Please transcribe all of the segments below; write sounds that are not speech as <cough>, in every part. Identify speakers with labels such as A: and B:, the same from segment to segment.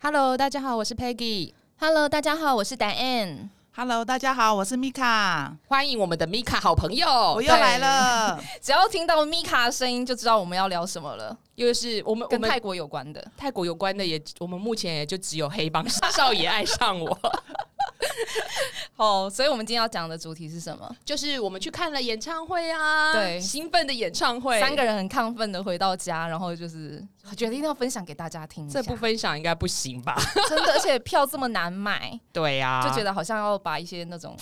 A: Hello，大家好，我是 Peggy，
B: Hello，大家好，我是 Diane。
C: Hello，大家好，我是 Mika，
A: 欢迎我们的 Mika 好朋友
C: 我，又来了。
B: 只要听到 Mika 的声音，就知道我们要聊什么了，
A: 又是我们我
B: 跟
A: 们
B: 泰国有关的。
A: 泰国有关的也，我们目前也就只有黑 <laughs> 帮少爷爱上我，
B: 哦，所以我们今天要讲的主题是什么？
A: 就是我们去看了演唱会啊，
B: 对
A: 兴奋的演唱会，
B: 三个人很亢奋的回到家，然后就是决定要分享给大家听一下。
A: 这
B: <laughs>
A: 不分享应该不行吧？
B: 真的，而且票这么难买，
A: 对啊呀、
B: 就觉得好像要把一些那种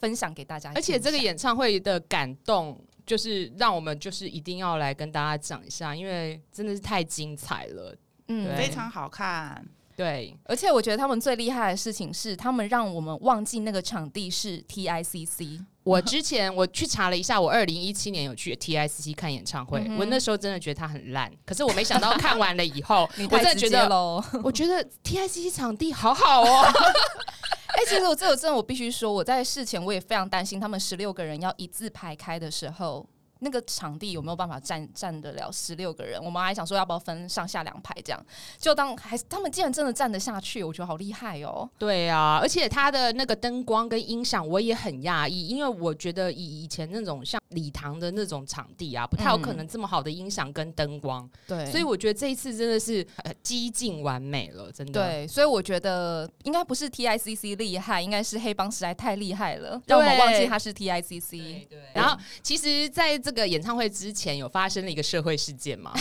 B: 分享给大家听
A: 而
B: 一下。
A: 且这个演唱会的感动，就是让我们就是一定要来跟大家讲一下，因为真的是太精彩了。对
C: 非常好看，
A: 对，
B: 嗯而且我觉得他们最厉害的事情是，他们让我们忘记那个场地是 TICC。
A: 我之前我去查了一下，我二零一七年有去 TICC 看演唱会，
B: 嗯哼
A: 我那时候真的觉得它很烂，可是我没想到看完了以后
B: <laughs> 你，
A: 我
B: 太
A: 真的
B: 直
A: 觉
B: 接
A: 得，
B: 喽！
A: 我觉得 TICC 场地好好哦， <laughs>
B: <laughs> 哎、其实我这我真的我必须说，我在事前我也非常担心，他们十六个人要一字排开的时候，那个场地有没有办法站站得了十六个人？我们还想说要不要分上下两排这样，就当还是他们竟然真的站得下去，我觉得好厉害哦！
A: 对啊，而且它的那个灯光跟音响我也很讶异，因为我觉得以以前那种像礼堂的那种场地啊，不太有可能这么好的音响跟灯光，
B: 嗯对
A: 所以我觉得这一次真的是呃几近完美了，真的。
B: 对，所以我觉得应该不是 TICC 厉害，应该是黑帮实在太厉害了，
A: 对
B: 让我们忘记他是 TICC。
A: 然后，其实在这个演唱会之前，有发生了一个社会事件
B: <laughs>
A: 嘛？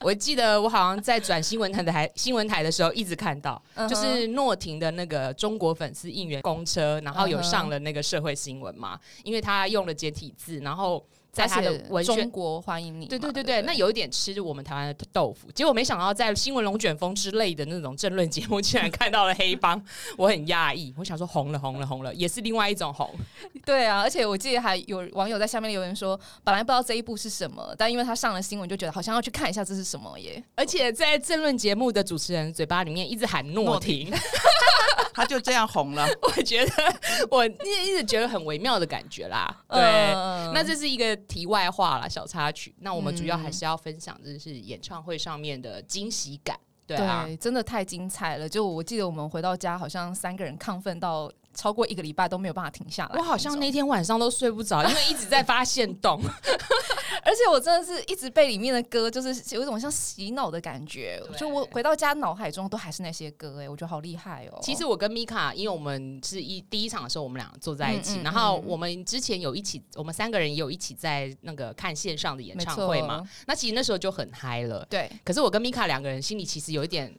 A: 我记得我好像在转新闻台的台新闻台的时候，一直看到，
B: 嗯哼
A: 就是诺婷的那个中国粉丝应援公车，然后有
B: 嗯哼
A: 上了那个社会新闻嘛，因为他用了简体字，然后在他的
B: 嗯而且
A: 文宣
B: 中国欢迎你嘛，
A: 对对
B: 对
A: 对对，那有一点吃我们台湾的豆腐，结果没想到在新闻龙卷风之类的那种政论节目，竟然看到了黑帮，我很讶异，我想说红了红了红了，也是另外一种红，
B: 对啊，而且我记得还有网友在下面留言说，本来不知道这一部是什么，但因为他上了新闻，就觉得好像要去看一下这是什么耶。
A: 而且在政论节目的主持人嘴巴里面一直喊诺婷，
C: 他就这样红了。
A: <laughs> 我觉得我 <laughs> 一直觉得很微妙的感觉啦，对。
B: 嗯
A: 那这是一个题外话啦，小插曲。那我们主要
B: 嗯
A: 还是要分享，就是演唱会上面的惊喜感，对
B: 对
A: 啊，
B: 真的太精彩了。就我记得我们回到家，好像三个人亢奋到超过一个礼拜都没有办法停下来。
A: 我好像那，天晚上都睡不着，因
B: <laughs>
A: 为一直在发现动。
B: 而且我真的是一直被里面的歌，就是有一种像洗脑的感觉。
A: 对
B: 就我回到家，脑海中都还是那些歌，哎，我觉得好厉害哦。
A: 其实我跟米卡，因为我们是一第一场的时候，我们俩坐在一起，
B: 嗯嗯
A: 然后
B: 嗯
A: 我们之前有一起，我们三个人也有一起在那个看线上的演
B: 没
A: 唱
B: 错
A: 会嘛。，那其实那时候就很嗨了，
B: 对，
A: 可是我跟米卡两个人心里其实有一点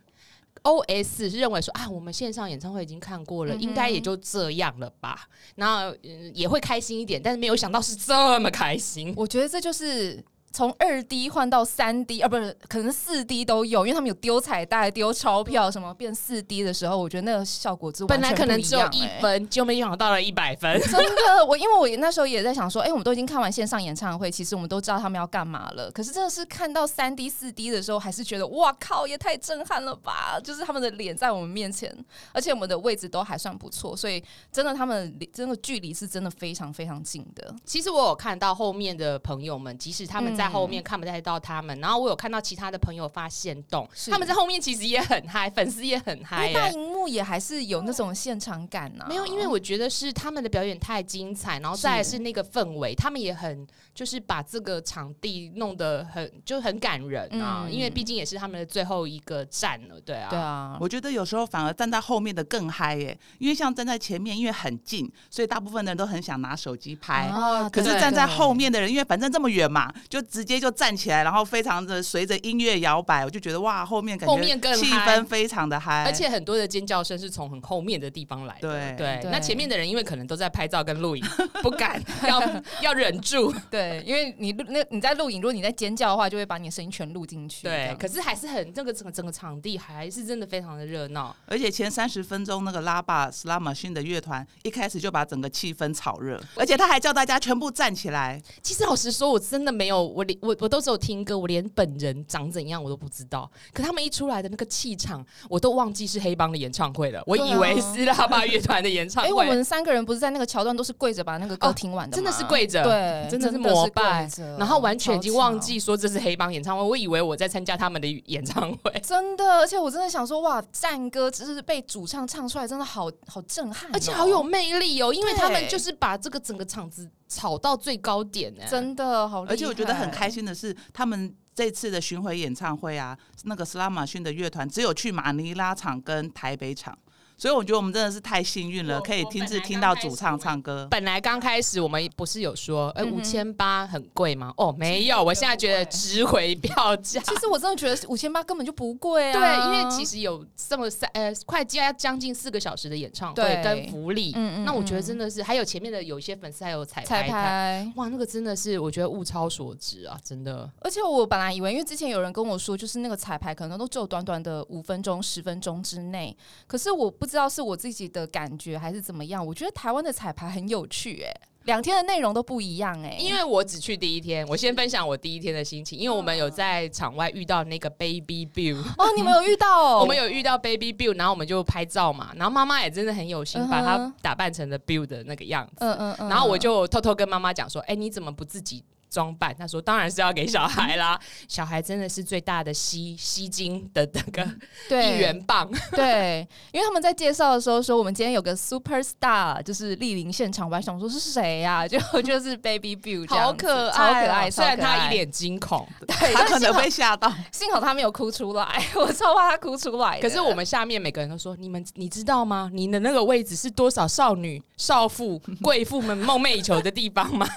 A: O S，是认为说啊，我们线上演唱会已经看过了，
B: 嗯哼
A: 应该也就这样了吧。然后、嗯、也会开心一点，但是没有想到是这么开心。
B: 我觉得这就是从二 D 换到三 D，啊，不是，可能四 D 都有，因为他们有丢彩带、丢钞票什么，变四 D 的时候，我觉得那个效果之
A: 本来可能只有一
B: 一欸分。
A: 分，就没想到了一百分。 <laughs>
B: 真的，我因为我那时候也在想说，哎、我们都已经看完线上演唱会，其实我们都知道他们要干嘛了。可是真的是看到三 D、四 D 的时候，还是觉得哇靠，也太震撼了吧！就是他们的脸在我们面前，而且我们的位置都还算不错，所以真的他们离真的距离是真的非常非常近的。
A: 其实我有看到后面的朋友们，即使他们在后
B: 嗯
A: 面看不太到他们，然后我有看到其他的朋友发现动，
B: 是
A: 他们在后面其实也很嗨，粉丝也很
B: 因
A: 嗨、
B: 为大
A: 欸。
B: 荧幕也还是有那种现场感啊呐、
A: 没有，因为我觉得是他们的表演太精彩，然后再来是那个氛围，他们也很就是把这个场地弄得很就很感人啊，
B: 嗯
A: 因为毕竟也是他们的最后一个站了，对啊，
B: 对啊，
C: 我觉得有时候反而站在后面的更嗨耶，因为像站在前面，因为很近，所以大部分人都很想拿手机拍。
A: 哦
B: 啊
C: 可是
B: 对
C: 站在
B: 对
C: 后面的人，因为反正这么远嘛，就直接就站起来，然后非常的随着音乐摇摆，我就觉得哇，后面感
A: 后面更
C: 觉气
A: 嗨
C: 氛非常的嗨，
A: 而且很多的尖叫声是从很后面的地方来的，
C: 对
A: 对，
B: 对
A: 那前面的人因为可能都在拍照跟录
B: <laughs>
A: 影，不敢要要忍住，
B: 对，因为你录那你在录影，如果你在尖叫的话，就会把你的声音全录进去。这
A: 对，
B: 样
A: 可是还是很这个整个整个场地还是真的非常的热闹，
C: 而且前三十分钟那个拉霸 Slam Machine 的乐团一开始就把整个气氛炒热，而且他还叫大家全部站起来，
A: 其实老实说，我真的没有，我连我我都只有听歌，我连本人长怎样我都不知道。可他们一出来的那个气场，我都忘记是黑帮的演唱会了，我
B: 对
A: 以
B: 啊
A: 为是拉巴乐团的演唱
B: 哎、
A: 会。
B: 我们三个人不是在那个桥段都是跪着把那个歌
A: 哦
B: 听完的
A: 真
B: 吗、
A: 的是跪着，
B: 对，
A: 真
B: 真
A: 的是
B: 的是
A: 膜拜
B: 跪着
A: 然后完全已经忘。
B: 超
A: 记说这是黑帮演唱会，我以为我在参加他们的演唱
B: <laughs>
A: 会。
B: 强真的，而且我真的想说，哇，战歌只是被主唱唱出来，真的好好震撼哦、
A: 而且好有魅力哦，因为
B: 对
A: 他们就是把这个整个场子炒到最高点欸呢、
B: 真的好厉害，
C: 而且我觉得很开心的是，他们这次的巡回演唱会啊，那个斯拉马逊的乐团只有去马尼拉场跟台北场，所以我觉得我们真的是太幸运了，
A: 我
C: 可以亲自
A: 我本来
C: 听到
A: 刚开始
C: 主唱唱歌。
A: 本来刚开始我们不是有说，哎、
B: 嗯
A: 五
B: 哼
A: 千八很贵吗？哦，没有，我现在觉得值回票价。
B: 其实我真的觉得五千八根本就不贵
A: 对，
B: 啊，
A: 因为其实有这么三呃，快将将近四个小时的演唱会
B: 对
A: 跟福利，
B: 嗯嗯
A: 那我觉得
B: 嗯
A: 真的是，还有前面的有一些粉丝还有彩
B: 彩
A: 排台，
B: 排。
A: 哇，那个真的是我觉得物超所值啊，真的。
B: 而且我本来以为，因为之前有人跟我说，就是那个彩排可能都只有短短的五分钟、十分钟之内。可是我不知道是我自己的感觉还是怎么样，我觉得台湾的彩排很有趣、哎，两天的内容都不一样、哎，
A: 因为我只去第一天，我先分享我第一天的心情，因为我们有在场外遇到那个 Baby Bill，、
B: 哦，你们有遇到哦，
A: 我们有遇到 Baby Bill，然后我们就拍照嘛，然后妈妈也真的很有心，
B: 嗯哼
A: 把她打扮成了 Bill 的那个样子，
B: 嗯，嗯嗯嗯，
A: 然后我就偷偷跟妈妈讲说，哎、你怎么不自己？装扮，她说当然是要给小孩 <laughs> 啦，小孩真的是最大的吸吸金的那 <laughs> 个一
B: <laughs> 对
A: 元棒，
B: 对，因为他们在介绍的时候说，我们今天有个 super star，就是莅临现场，我还想说是谁呀、就 <laughs> 就是 Baby Bill，这样
A: 好
B: 子
A: 可
B: 超
A: 爱哦，
B: 可爱，啊
A: 虽然
B: 超可爱
A: 她一脸惊恐，
B: 对，
C: 他
B: 但
C: 可能
B: 幸好
C: 会吓到，
B: 幸好他没有哭出来， <laughs> 我超怕他哭出来的。
A: 可是我们下面每个人都说：“你们你知道吗？你的那个位置是多少少女、少妇、贵妇们梦寐以求的地方吗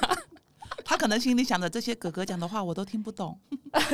C: 他可能心里想着这些哥哥讲的话我都听不懂。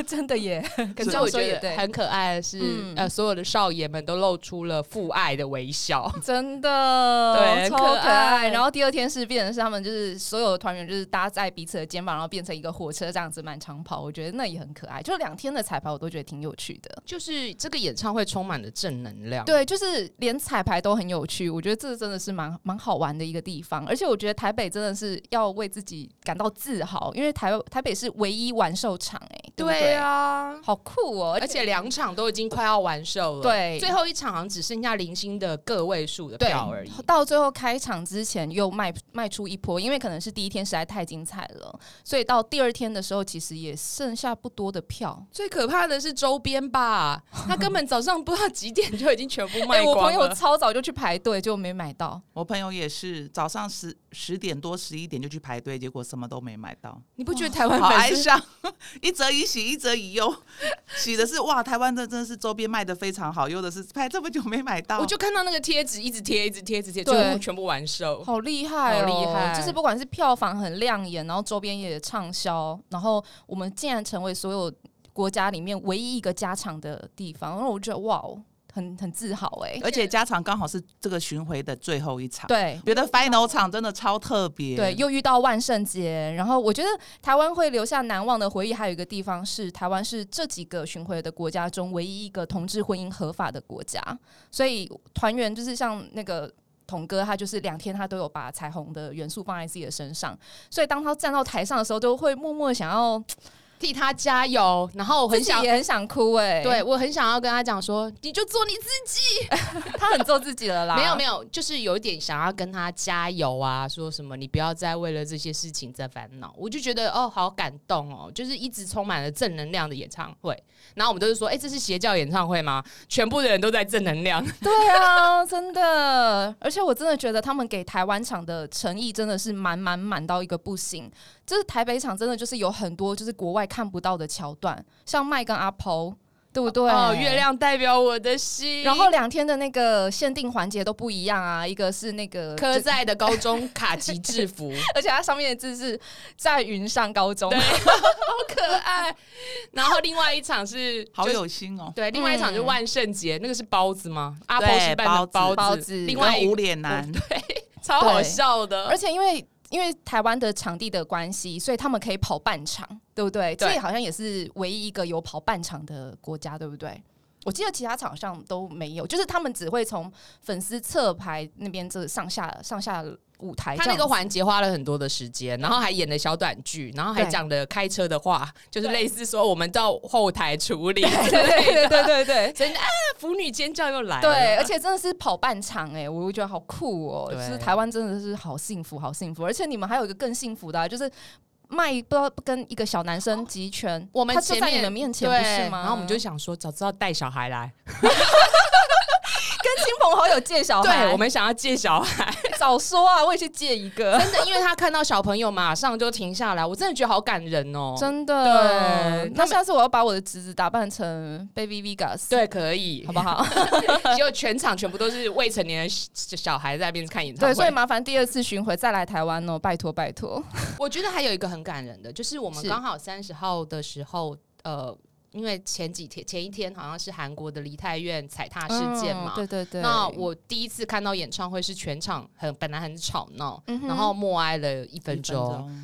B: 真的 <laughs> 耶，？”
A: <laughs> 可
B: 可是
A: 是
B: 我
A: 我
B: 说
A: 觉
B: 也对
A: 得，很可爱的是，
B: 嗯
A: 呃，所有的少爷们都露出了父爱的微笑。
B: 真的
A: 对很
B: 超
A: 可爱
B: 爱。然后第二天是变成是他们就是所有的团员就是搭在彼此的肩膀，然后变成一个火车这样子满长跑，我觉得那也很可爱。就两天的彩排我都觉得挺有趣的。
A: 就是这个演唱会充满了正能量。
B: 对，就是连彩排都很有趣，我觉得这真的是蛮蛮好玩的一个地方。而且我觉得台北真的是要为自己感到自豪，因为台台北是唯一玩售场、欸，哎，不
A: 对啊，
B: 好酷哦！
A: 而且两场都已经快要完售了，
B: 对
A: 最后一场好像只剩下零星的个位数的票而已。
B: 到最后开场之前又卖卖出一波，因为可能是第一天实在太精彩了，所以到第二天的时候，其实也剩下不多的票。
A: 最可怕的是周边 <laughs> 吧，他根本早上不知道几点就已经全部卖
B: 哎我
A: 光
B: 朋友
A: 了。
B: 超早就去排队，就没买到。
C: 我朋友也是早上十十点多十一点就去排队，结果什么都没买到，
A: 你不觉得台湾
C: 好
A: 粉
C: 哀
A: 丝
C: 伤。 <laughs> 一则以喜，一则以忧。喜的是哇，台湾的真的是周边卖的非常好；忧的是拍这么久没买到。
A: 我就看到那个贴纸一直贴，一直贴，一直贴，
B: 对
A: 全部全部完售。
B: 好厉害、
A: 好
B: 哦，
A: 厉害
B: 就是不管是票房很亮眼，然后周边也畅销，然后我们竟然成为所有国家里面唯一一个加场的地方，然后我觉得哇哦，很很自豪哎、
C: 而且加场刚好是这个巡回的最后一
A: 啊
C: 场，
B: 对。
C: 觉得 final 场真的超特别。
B: 对，又遇到万圣节，然后我觉得台湾会留下难忘的回忆。还有一个地方是，台湾是这几个巡回的国家中唯一一个同志婚姻合法的国家，所以团员就是像那个。童哥他就是两天，他都有把彩虹的元素放在自己的身上，所以当他站到台上的时候，就会默默地想要，
A: 替他加油，然后我
B: 自
A: 很
B: 己
A: 想，
B: 也很想哭哎、
A: 对，我很想要跟他讲说，你就做你自
B: <laughs> 他很做自己了啦。
A: 没有没
B: 有，
A: 有，就是有一点想要跟他加油啊，说什么你不要再为了这些事情在烦恼。我就觉得哦，好感动哦，就是一直充满了正能量的演唱会。然后我们都是说，哎、这是邪教演唱会吗？全部的人都在正能量，
B: 对啊，真的，而且我真的觉得他们给台湾场的诚意真的是满满满到一个不行。就是台北场真的就是有很多就是国外看不到的桥段，像麦跟阿婆，对不对？
A: 哦，月。亮代表我的心。
B: 然后两天的那个限定环节都不一样啊，一个是那个
A: 科
B: 就
A: 在的高中卡其制
C: <laughs>
A: 服，
B: 而且它上面的字是在云上高中，
A: 可爱。然后另外一场是
C: 好
A: 就
C: 有心哦，
A: 对，另外一场就是万圣节，那个是包子吗？阿
C: 对
A: 婆是扮的
C: 包
A: 包
C: 子
B: 包子
A: 另
C: 跟
A: 外一
C: 无
A: 个
C: 脸男，
A: 超好笑的，
B: 而且因为因为台湾的场地的关系，所以他们可以跑半场，对不对？
A: 对
B: 这里好像也是唯一一个有跑半场的国家，对不对？我记得其他场上都没有，就是他们只会从粉丝侧排那边这上下上下舞台
A: 他
B: 这样子，
A: 那个环节花了很多的时间，然后还演了小短剧，然后还
B: 对
A: 讲了开车的话，就是
B: 对
A: 类似说我们到后台处理，
B: <laughs> 对
A: <laughs>
B: 对对对对对。
A: 真的啊，腐女尖叫又来了， <laughs>
B: 对，而且真的是跑半场哎、我我觉得好酷哦、就
A: 对
B: 是台湾真的是好幸福，好幸福。而且你们还有一个更幸福的、啊，就是卖不知道跟一个小男生集拳，
A: 哦我们
B: 他就
A: 前
B: 在
A: 面
B: 你们面前
A: 对
B: 不是吗？
A: 然后我们就想说，早知道带小孩来，
B: 跟亲朋好友借小孩，
A: 对哦我们想要借小孩，
B: 早说啊，我也去借一个，
A: 真的，因为他看到小朋友马上就停下来，我真的觉得好感人哦，
B: <laughs> 真的。
A: 对
B: 那
A: 他们
B: 下次我要把我的侄子打扮成 Baby Vegas，，
A: 对，可以
B: 好，不好？
A: <laughs> 结果全场全部都是未成年的小小孩在那边看演唱
B: 对，
A: 会，
B: 所以麻烦第二次巡回再来台湾哦，拜托拜托。 <laughs>
A: 我觉得还有一个很感人的，就是我们
B: 是
A: 刚好三十号的时候，呃，因为前几天前一天好像是韩国的梨泰院踩踏啊事件嘛，
B: 嗯对对对。
A: 那我第一次看到演唱会是全场很本来很吵闹，
B: 嗯哼
A: 然后默哀了一分钟。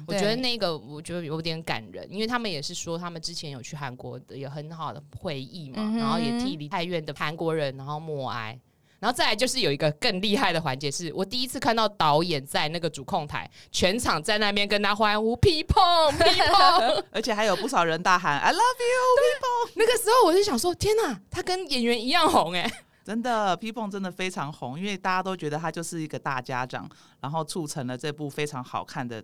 A: 我
B: 对
A: 觉得那个我觉得有点感人，因为他们也是说他们之前有去韩国的有很好的回忆嘛，
B: 嗯哼
A: 然后也替梨泰院的韩国人然后默哀。然后再来就是有一个更厉害的环节，是我第一次看到导演在那个主控台，全场在那边跟他欢呼“批碰
B: <laughs>
A: 批碰
C: 而且还有不少人大喊 “I love you”，”。
A: 那个时候我就想说，天哪，他跟演员一样红哎、
C: 真的 p 碰真的非常红，因为大家都觉得他就是一个大家长，然后促成了这部非常好看的、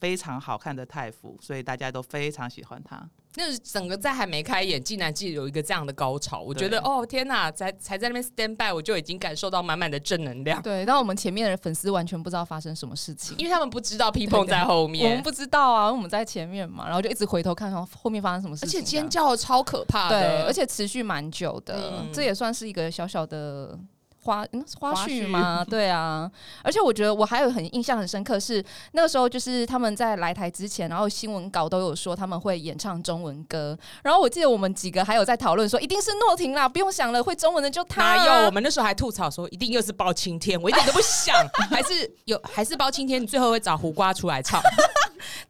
C: 非常好看的泰服，所以大家都非常喜欢他。
A: 那整个在还没开演，竟然就有一个这样的高潮，我觉得
C: 对
A: 哦天哪，才才在那边 stand by，我就已经感受到满满的正能量，
B: 对，但我们前面的粉丝完全不知道发生什么事情。
A: 因为他们不知道 people 在后
B: 我们
A: 面，
B: 不知道啊，我们在前面嘛，然后就一直回头看看后面发生什么事
A: 而
B: 情，
A: 且尖，叫超可怕
B: 对，
A: 的，
B: 而且持续蛮久的，
A: 嗯
B: 这也算是一个小小的花嗯花
A: 花
B: 絮
A: 絮
B: 嘛，对啊。而且我觉得我还有很印象很深刻是那个时候，就是他们在来台之前，然后新闻稿都有说他们会演唱中文歌，然后我记得我们几个还有在讨论说，一定是诺婷啦，不用想了，会中文的就他、
A: 哪有？我们那时候还吐槽说，一定又是包青天，我一点都不想，
B: <laughs>
A: 还是有还是包青天，你最后会找胡瓜出来唱，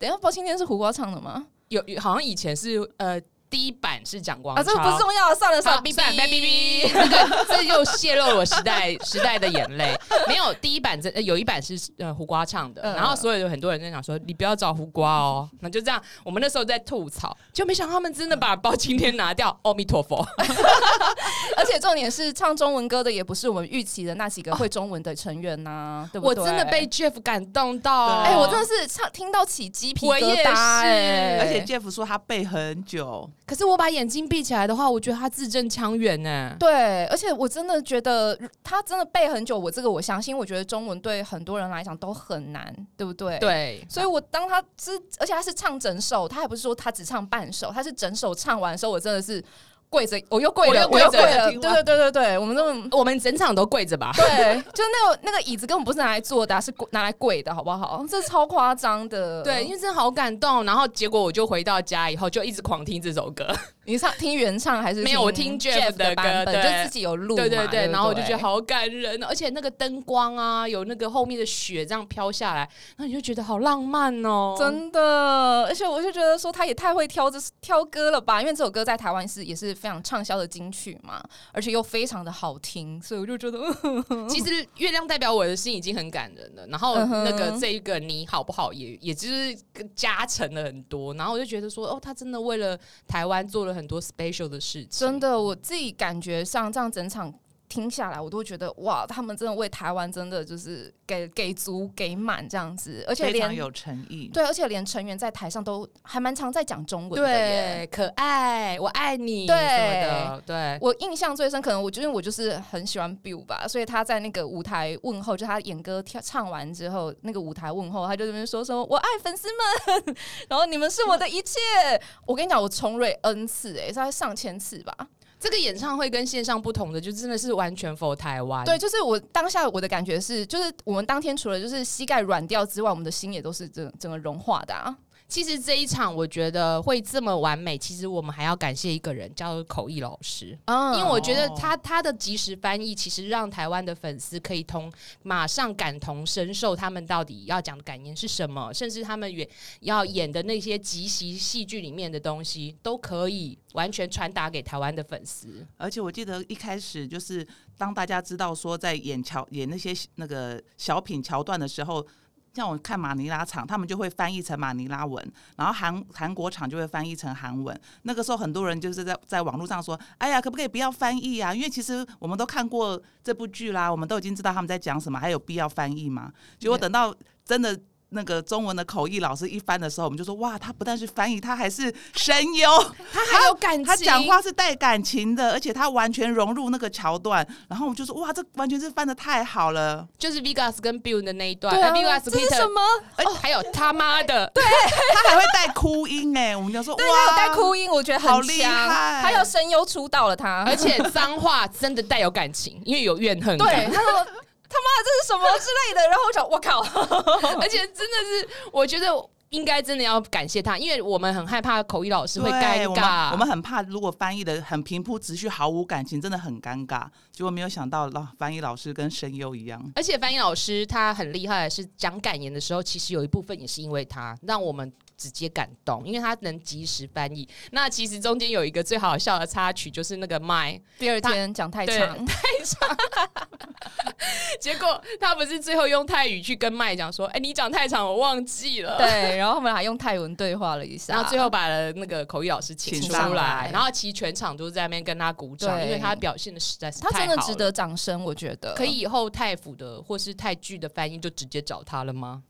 B: 等一下包青天是胡瓜唱的吗？
A: 有有好像以前是呃第一版是蒋光
B: 啊，
A: 超，
B: 这个不重要，算了算
A: 好
B: 了，哔
A: 算
B: 哔
A: 了
B: <laughs>
A: 拜啊哔，这个这又泄露了我时代时代的眼泪。没有第一版真呃有一版是呃胡瓜唱的，
B: 嗯
A: 然后所有有很多人在讲说你不要找胡瓜哦，那就这样。我们那时候在吐槽，就没想到他们真的把包青天拿掉，阿弥陀佛。
B: 而且重点是，唱中文歌的也不是我们预期的那几个会中文的成员呐、对不
A: 我
B: 对？
A: 真的被 Jeff 感动到，
C: 对
B: 哎、我真的是唱听到起鸡皮
A: 哦我也
B: 疙
A: 是
B: 瘩哎、
C: 而且 Jeff 说他背很久，
A: 可是我把眼睛闭起来的话，我觉得他字正腔圆呢。
B: 对，而且我真的觉得他真的背很久，我这个我相信，我觉得中文对很多人来讲都很难，对不对？。
A: 对，
B: 所以，我当他是，而且他是唱整首，他还不是说他只唱半首，他是整首唱完的时候，我真的是跪着，我又跪了，
A: 我
B: 我
A: 又
B: 又
A: 跪着
B: 跪了，
C: 听
B: 对
C: 完
B: 对对对对，我们这种
A: 我们整场都跪着吧。
B: 对， <laughs> 就那个那个椅子根本不是拿来坐的啊、是跪拿来跪的，好不好？这超夸张的。
A: 对，因为真的好感动，然后结果我就回到家以后就一直狂听这首歌，
B: 你唱听原唱还是
A: 没有我听 Jeff 的
B: 的版
A: 歌
B: 本，
A: 对
B: 就自己有录嘛，
A: 对
B: 对
A: 对
B: 不
A: 对，
B: 对，
A: 然后我就觉得。好感人哦，而且那个灯光啊，有那个后面的雪这样飘下来，然后你就觉得好浪漫哦，
B: 真的，而且我就觉得说他也太会挑这挑歌了吧，因为这首歌在台湾是也是非常畅销的金曲嘛，而且又非常的好听，所以我就觉得，呃
A: 其实月亮代表我的心已经很感人了，然后
B: 嗯哼
A: 那个这一个你好不好也也就是加成了很多，然后我就觉得说哦，他真的为了台湾做了很多 special 的事情，
B: 真的，我自己感觉上这样整场听下来，我都觉得哇，他们真的为台湾真的就是给给足给满这样子，而且
C: 非
B: 连
C: 常有诚意。
B: 对，而且连成员在台上都还蛮常在讲中文的
A: 对，
B: 耶。
A: 可爱，我爱你，
B: 对
A: 什么的，对。
B: 我印象最深，可能我觉得我就是很喜欢 Biu 吧，所以他在那个舞台问候，就他演歌跳唱完之后，那个舞台问候，他就在那边说说“我爱粉丝们”， <laughs> 然后你们是我的一切。我跟你讲，我重蕊 n 次、欸，哎，大概上千次吧。
A: 这个演唱会跟线上不同的，就真的是完全 for 台湾，
B: 对，就是我当下我的感觉是，就是我们当天除了就是膝盖软掉之外，我们的心也都是整整个融化的啊。
A: 其实这一场我觉得会这么完美，其实我们还要感谢一个人，叫做口译老师。
B: 嗯
A: 因为我觉得他他的即时翻译，其实让台湾的粉丝可以同马上感同身受，他们到底要讲的感言是什么，甚至他们演要演的那些即席戏剧里面的东西，都可以完全传达给台湾的粉丝。
C: 而且我记得一开始就是当大家知道说在演桥演那些那个小品桥段的时候，像我看马尼拉场，他们就会翻译成马尼拉文，然后韩韩国场就会翻译成韩文。那个时候很多人就是在在网络上说：“哎呀，可不可以不要翻译啊？”因为其实我们都看过这部剧啦，我们都已经知道他们在讲什么，还有必要翻译吗？结果等到真的。那个中文的口译老师一翻的时候，我们就说哇，他不但是翻译，他还是声优，
A: 他还有感情，
C: 他讲话是带感情的，而且他完全融入那个桥段，然后我就说哇，这完全是翻的太好了。
A: 就是 Vegas 跟 Bill 的那一段、
B: 对啊
A: v e g a s
B: 这是什
A: Peter，
B: 么？
A: 哎还有他妈的，
C: 他还会带哭音哎、我们就
B: <laughs>
C: 说
B: 对，他有带
C: 哇，
B: 哭音，我觉得
C: 好
B: 很
C: 厉
B: 强，
C: 害
B: 他要声优出道了，他
A: 而且脏话真的带有感情，因为有怨恨感。
B: 对，他说他妈这是什么之类的，然后我想我靠， <laughs>
A: 而且真的是，我觉得应该真的要感谢他，因为我们很害怕口译老师会尴
C: 对我们
A: 尬。
C: 我们很怕如果翻译的很平铺直叙，毫无感情，真的很尴尬。结果没有想到，让翻译老师跟声优一样。
A: 而且翻译老师他很厉害，是讲感言的时候，其实有一部分也是因为他让我们直接感动，因为他能及时翻译。那其实中间有一个最好笑的插曲，就是那个
B: <laughs>
A: 麦，
B: 第二天讲太
A: 对
B: 长，
A: 结果他不是最后用泰语去跟麦讲说：“哎、你讲太长，我忘记了。”
B: 对， <laughs> 然后我们还用泰文对话了一下，
A: 然后最后把那个口译老师请
C: 请
A: 出
C: 上
A: 来
B: 来，
A: 然后其实全场都在那边跟他鼓掌，
B: 对
A: 因为他表现的实在是
B: 他真的
A: 太好
B: 值
A: 了
B: 得掌声，我觉得
A: 可。以以后泰府的或是泰剧的翻译就直接找他了吗？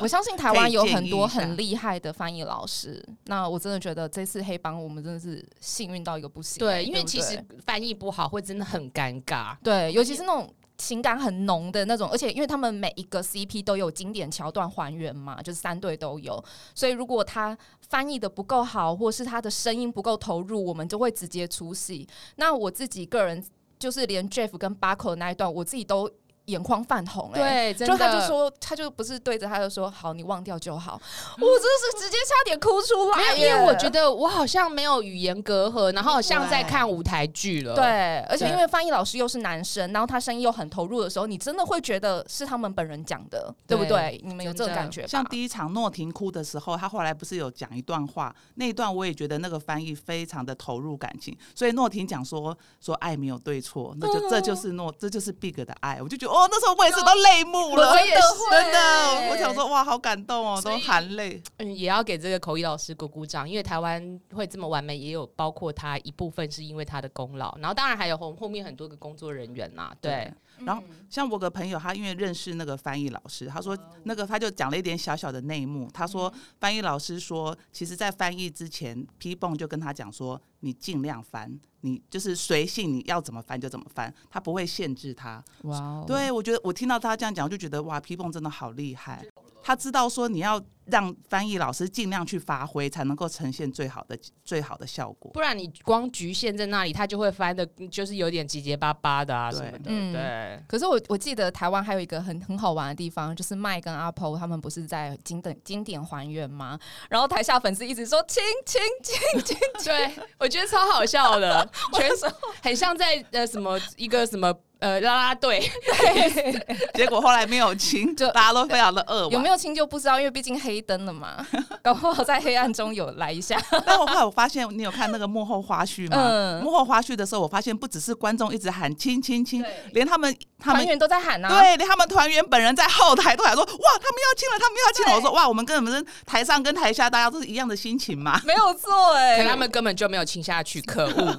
B: 我相信台湾有很多
C: 可以建议
B: 很厉害的翻译老师，那我真的觉得这次黑帮我们真的是幸运到一个不行，欸
A: 对，
B: 不
A: 因为其实翻译不好会真的很尴尬。
B: 对，尤其是那种情感很浓的那种，而且因为他们每一个 CP 都有经典桥段还原嘛，就是三对都有，所以如果他翻译的不够好，或是他的声音不够投入，我们就会直接出戏。那我自己个人就是连 Jeff 跟 Buckle 那一段，我自己都眼眶泛红、欸，
A: 对，真
B: 就
A: 的，
B: 他就说，他就不是对着他就说，好，你忘掉
A: <laughs>
B: 就好。我真的是直接差点哭出来
A: 没
B: 耶，
A: 有，因为我觉得我好像没有语言隔阂，然后好像在看舞台剧了。，
B: 对，而且
A: 对
B: 因为翻译老师又是男生，然后他声音又很投入的时候，你真的会觉得是他们本人讲的，对不
A: 对
B: 对？你们有这
A: 真
B: 种
A: 的
B: 感觉吧？
C: 像第一场诺婷哭的时候，他后来不是有讲一段话，那一段我也觉得那个翻译非常的投入感情，所以诺婷讲说说爱没有对错，那就、这就是诺这就是 Big 的爱，我就觉得哦，那时候我也是都泪目了，
B: 我也是欸
C: 真的，我想说哇，好感动哦，都含泪，
A: 嗯，也要给这个口译老师鼓鼓掌，因为台湾会这么完美，也有包括他一部分是因为他的功劳，然后当然还有后后面很多个工作人员啦。对，
C: 然后像我有个朋友，他因为认识那个翻译老师，他说那个他就讲了一点小小的内幕。他说翻译老师说，其实，在翻译之前，P 泵就跟他讲说，你尽量翻，你就是随性，你要怎么翻就怎么翻，他不会限制他。
B: 哇哦，
C: 对我觉得我听到他这样讲，我就觉得哇，P 泵真的好厉害。他知道说你要让翻译老师尽量去发挥，才能够呈现最好的最好的效果。
A: 不然你光局限在那里，他就会翻的，就是有点结结巴巴的啊什
C: 对
A: 么的。
B: 嗯
A: 对，
B: 可是我我记得台湾还有一个很很好玩的地方，就是麦跟阿 p 他们不是在经典经典还原吗？然后台下粉丝一直说亲亲亲，
A: 对，我觉得超好笑
B: <laughs>
A: 的，全很像在呃什么一个什么呃啦啦队，
C: 结果后来没有亲，
B: 就
C: 大家都非常的扼
B: 有
C: 腕
B: 没。有亲就不知道，因为毕竟黑灯了嘛，搞不好在黑暗中有来一下。
C: <laughs> 但我后来我发现，你有看那个幕后花絮吗？
B: 嗯
C: 幕后花絮的时候，我发现不只是观众一直喊亲亲亲
B: 对，
C: 连他们他
B: 团
C: 们。
B: 员都在喊啊，
C: 对，连他们团员本人在后台都喊说：“哇，他们要亲了，他们要亲了！”
B: 对
C: 我说：“哇，我们跟你们台上跟台下大家都是一样的心情嘛。
B: 没有错哎、
A: 可他们根本就没有亲下去，可
B: <laughs>
A: 恶！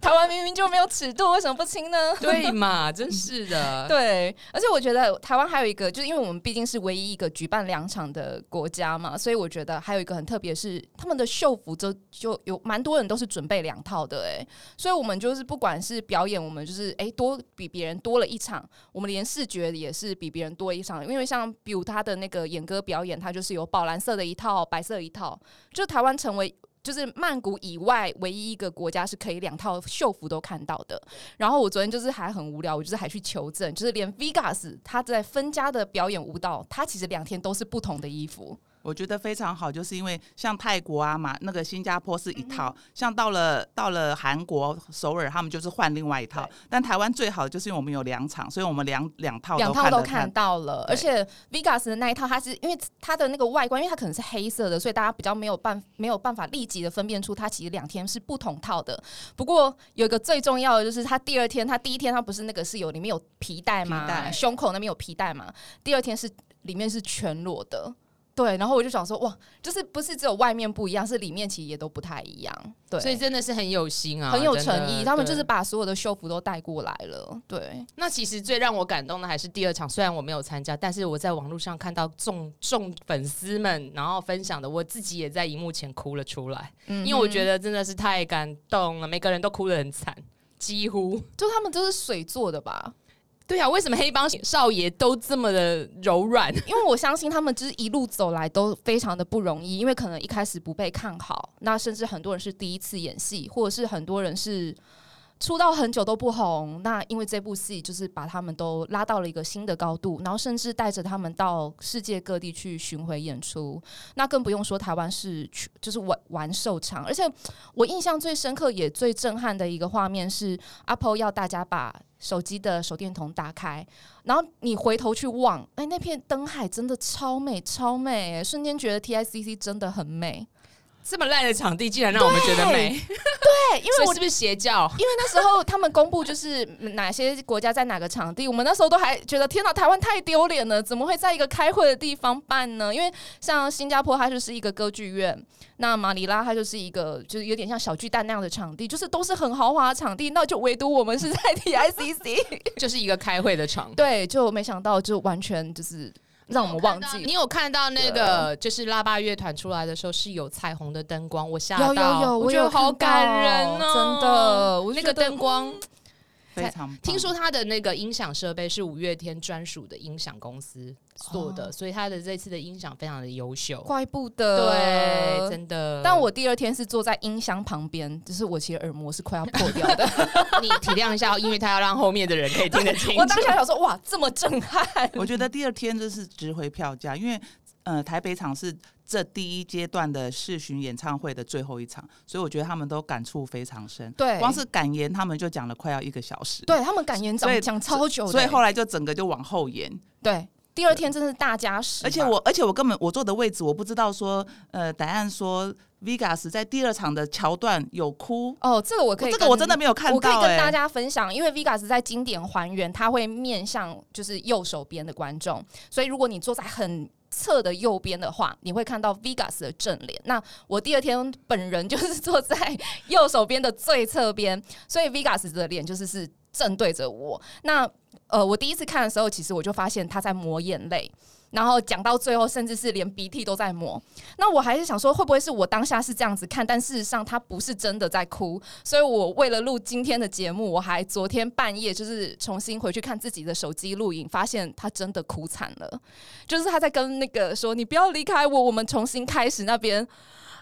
B: 台湾明明就没有尺度，为什么不亲呢？
A: <laughs> 对嘛，真是的。
B: 对，而且我觉得台湾还有一个，就是因为我们毕竟是唯一一个举办两场的国家嘛，所以我觉得还有一个很特别是，他们的秀服就就有蛮多人都是准备两套的哎、所以我们就是不管是表演，我们就是哎、多比别人多了一场，我们连视觉也是比别人多一场，因为像比如他的那个演歌表演，他就是有宝蓝色的一套，白色一套，就台湾成为。就是曼谷以外唯一一个国家是可以两套秀服都看到的，然后我昨天就是还很无聊，我就是还去求证，就是连 Vegas 他在分家的表演舞蹈，他其实两天都是不同的衣服。
C: 我觉得非常好，就是因为像泰国啊嘛，那个新加坡是一套，
B: 嗯
C: 像到了到了韩国首尔，他们就是换另外一套
A: 对。
C: 但台湾最好就是因为我们有两场，所以我们两两套
B: 两
C: 都
B: 套
C: 看
B: 都
C: 得
B: 看。到了，而且 Vegas 的那一套，它是因为它的那个外观，因为它可能是黑色的，所以大家比较没有办没有办法立即的分辨出它其实两天是不同套的。不过有一个最重要的就是，它第二天，它第一天它不是那个是有里面有皮带吗？
C: 皮带
B: 胸口那边有皮带嘛？第二天是里面是全裸的。对，然后我就想说，哇，就是不是只有外面不一样，是里面其实也都不太一样。对，
A: 所以真的是很有心啊，
B: 很有
A: 真的
B: 诚意，他们就是
A: 对
B: 把所有的修服都带过来了。对，
A: 那其实最让我感动的还是第二场，虽然我没有参加，但是我在网络上看到众众粉丝们然后分享的，我自己也在荧幕前哭了出来，
B: 嗯
A: 因为我觉得
B: 得。
A: 真的是太感动了，每个人都哭得很惨，几乎。
B: 就他们都是水做的吧？
A: 对啊，为什么黑帮少爷都这么的柔软？
B: 因为我相信他们就是一路走来都非常的不容易，因为可能一开始不被看好，那甚至很多人是第一次演戏，或者是很多人是出道很久都不红。那因为这部戏就是把他们都拉到了一个新的高度，然后甚至带着他们到世界各地去巡回演出。那更不用说台湾是去就是玩玩售场，而且我印象最深刻也最震撼的一个画面是阿 p 要大家把手机的手电筒打开，然后你回头去望，哎、那片灯海真的超美，超美、哎瞬间觉得 TICC 真的很美。
A: 这么烂的场地，竟然让我们觉得美，
B: 对，因为
A: 所
B: 我
A: 以是不是邪教？
B: 因为 <laughs> 那时候他们公布就是嗯哪些国家在哪个场地，我们那时候都还觉得天哪，台湾太丢脸了，怎么会在一个开会的地方办呢？因为像新加坡它就是一个歌剧院，那马尼拉它就是一个就是有点像小巨蛋那样的场地，就是都是很豪华的场地，那就唯独我们是在 <laughs> TICC，
A: 就是一个开会的场。
B: 对，就没想到就完全就是让我们忘记啊了。
A: 你有看到那个就是拉巴乐团出来的时候是有彩虹的灯光，我吓到，
B: 有有有，
A: 我
B: 我
A: 觉得
B: 有看
A: 好感人
B: 到
A: 哦，
B: 真。的，我
A: 那
B: 就
A: 个
B: 觉得
A: 灯光，
C: 非常棒
A: 听说他的那个音响设备是五月天专属的音响公司做的，
B: 哦
A: 所以他的这次的音响非常的优秀。
B: 怪不得，
A: 对，真的。
B: 但我第二天是坐在音箱旁边，就是我其实耳膜是快要破掉的。
A: 你体谅一下，因为他要让后面的人可以听得清楚。
B: <laughs> 我当下想说，哇，这么震撼！
C: 我觉得第二天就是值回票价，因为呃，台北场是这第一阶段的世巡演唱会的最后一场，所以我觉得他们都感触非常深。
B: 对
C: 光是感言他们就讲了快要一个小时，，
B: 对他哦们感言
C: 所
B: 讲
C: 以
B: 讲超久的，
C: 所以后来就整个就往后延。
B: 对第二天真是大家实，
C: 而且我，而且我根本我坐的位置我不知道说，呃，答案说 Vegas 在第二场的桥段有哭，
B: 哦，这个我可以
C: 这
B: 跟，
C: 个我真的没有看
B: 我可以
C: 到、
B: 跟
C: 欸，
B: 大家分享，因为 Vegas 在经典还原，它会面向就是右手边的观众，所以如果你坐在很侧的右边的话，你会看到 Vegas 的正脸。那我第二天本人就是坐在 <laughs> 右手边的最侧边，所以 Vegas 的脸就是是正对着我。那呃，我第一次看的时候，其实我就发现他在抹眼泪。然后讲到最后，甚至是连鼻涕都在抹。那我还是想说，会不会是我当下是这样子看，但事实上他不是真的在哭，所以我为了录今天的节目，我还昨天半夜就是重新回去看自己的手机录影，发现他真的哭惨了，就是他在跟那个说“你不要离开我，我们重新开始”那边，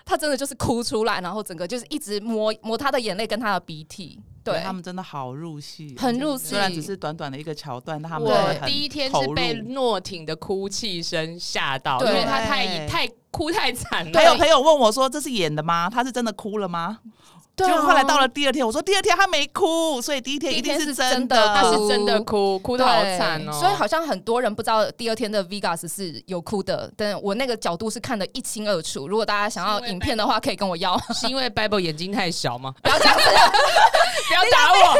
B: 他真的就是哭出来，然后整个就是一直抹抹他的眼泪跟他的鼻涕，对，
C: 他们真的好入戏，哦
B: 很入戏
C: 虽然只是短短的一个桥段， <laughs> 但他们
B: 对
C: 真
A: 我
C: 的很
A: 第一天
C: 投
A: 是被
C: 入
A: 诺挺的哭泣声吓到，因
B: 对
A: 为他太
C: 对
A: 太哭太惨了
C: 还。有朋友问我说：“这是演的吗？他是真的哭了吗？”
B: 对啊
C: 结果后来到了第二天，我说第二天他没哭，所以第一天一定真
B: 第一天是真的
A: 他
C: 的。
A: 是真的哭，哭
B: 哭
A: 的好惨哦。
B: 所以好像很多人不知道第二天的 Vegas 是有哭的，但我那个角度是看得一清二楚。如果大家想要影片的话，可以跟
A: <laughs>
B: 我要。
A: 是因为 Bible 眼睛太小吗？
B: 不要这样子，
A: 不要打我，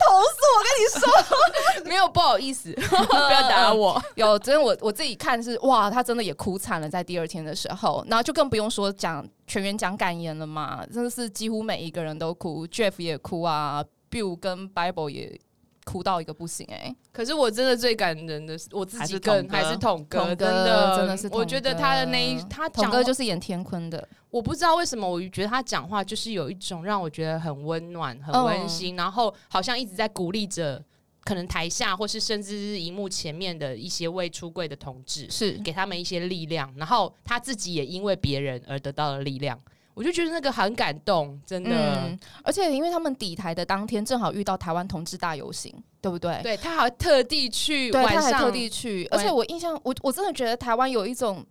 B: 投诉，我跟你说。 <laughs>
A: 没有不好意 <laughs> 思，不要打 <laughs> 我。
B: 有，真的我我自己看是哇，他真的也哭惨了，在第二天的时候，然后就更不用说讲全员讲感言了嘛，真的是几乎每一个人都哭，Jeff 也哭啊，Bill 跟 Bible 也哭到一个不行哎、
A: 可是我真的最感人的是我自
C: 还
A: 己
C: 是
A: 更
C: 童哥
A: 还是统哥，
B: 童
A: 真
B: 哥
A: 的
B: 真的是
A: 我觉得
B: 童哥
A: 他的那一他
B: 童
A: 讲
B: 哥
A: 话
B: 就是演天坤的，
A: 我不知道为什么，我觉得他讲话就是有一种让我觉得很温暖、很
B: 嗯
A: 温馨，然后好像一直在鼓励着可能台下或是甚至是荧幕前面的一些未出柜的同志，
B: 是
A: 给他们一些力量，然后他自己也因为别人而得到了力量。我就觉得那个很感动，真的。
B: 嗯，而且因为他们底台的当天正好遇到台湾同志大游行，对不对？
A: 对他还特地去
B: 对，
A: 晚
B: 他还
A: 上
B: 特地去，而且
A: 晚
B: 我印象，我我真的觉得台湾有一种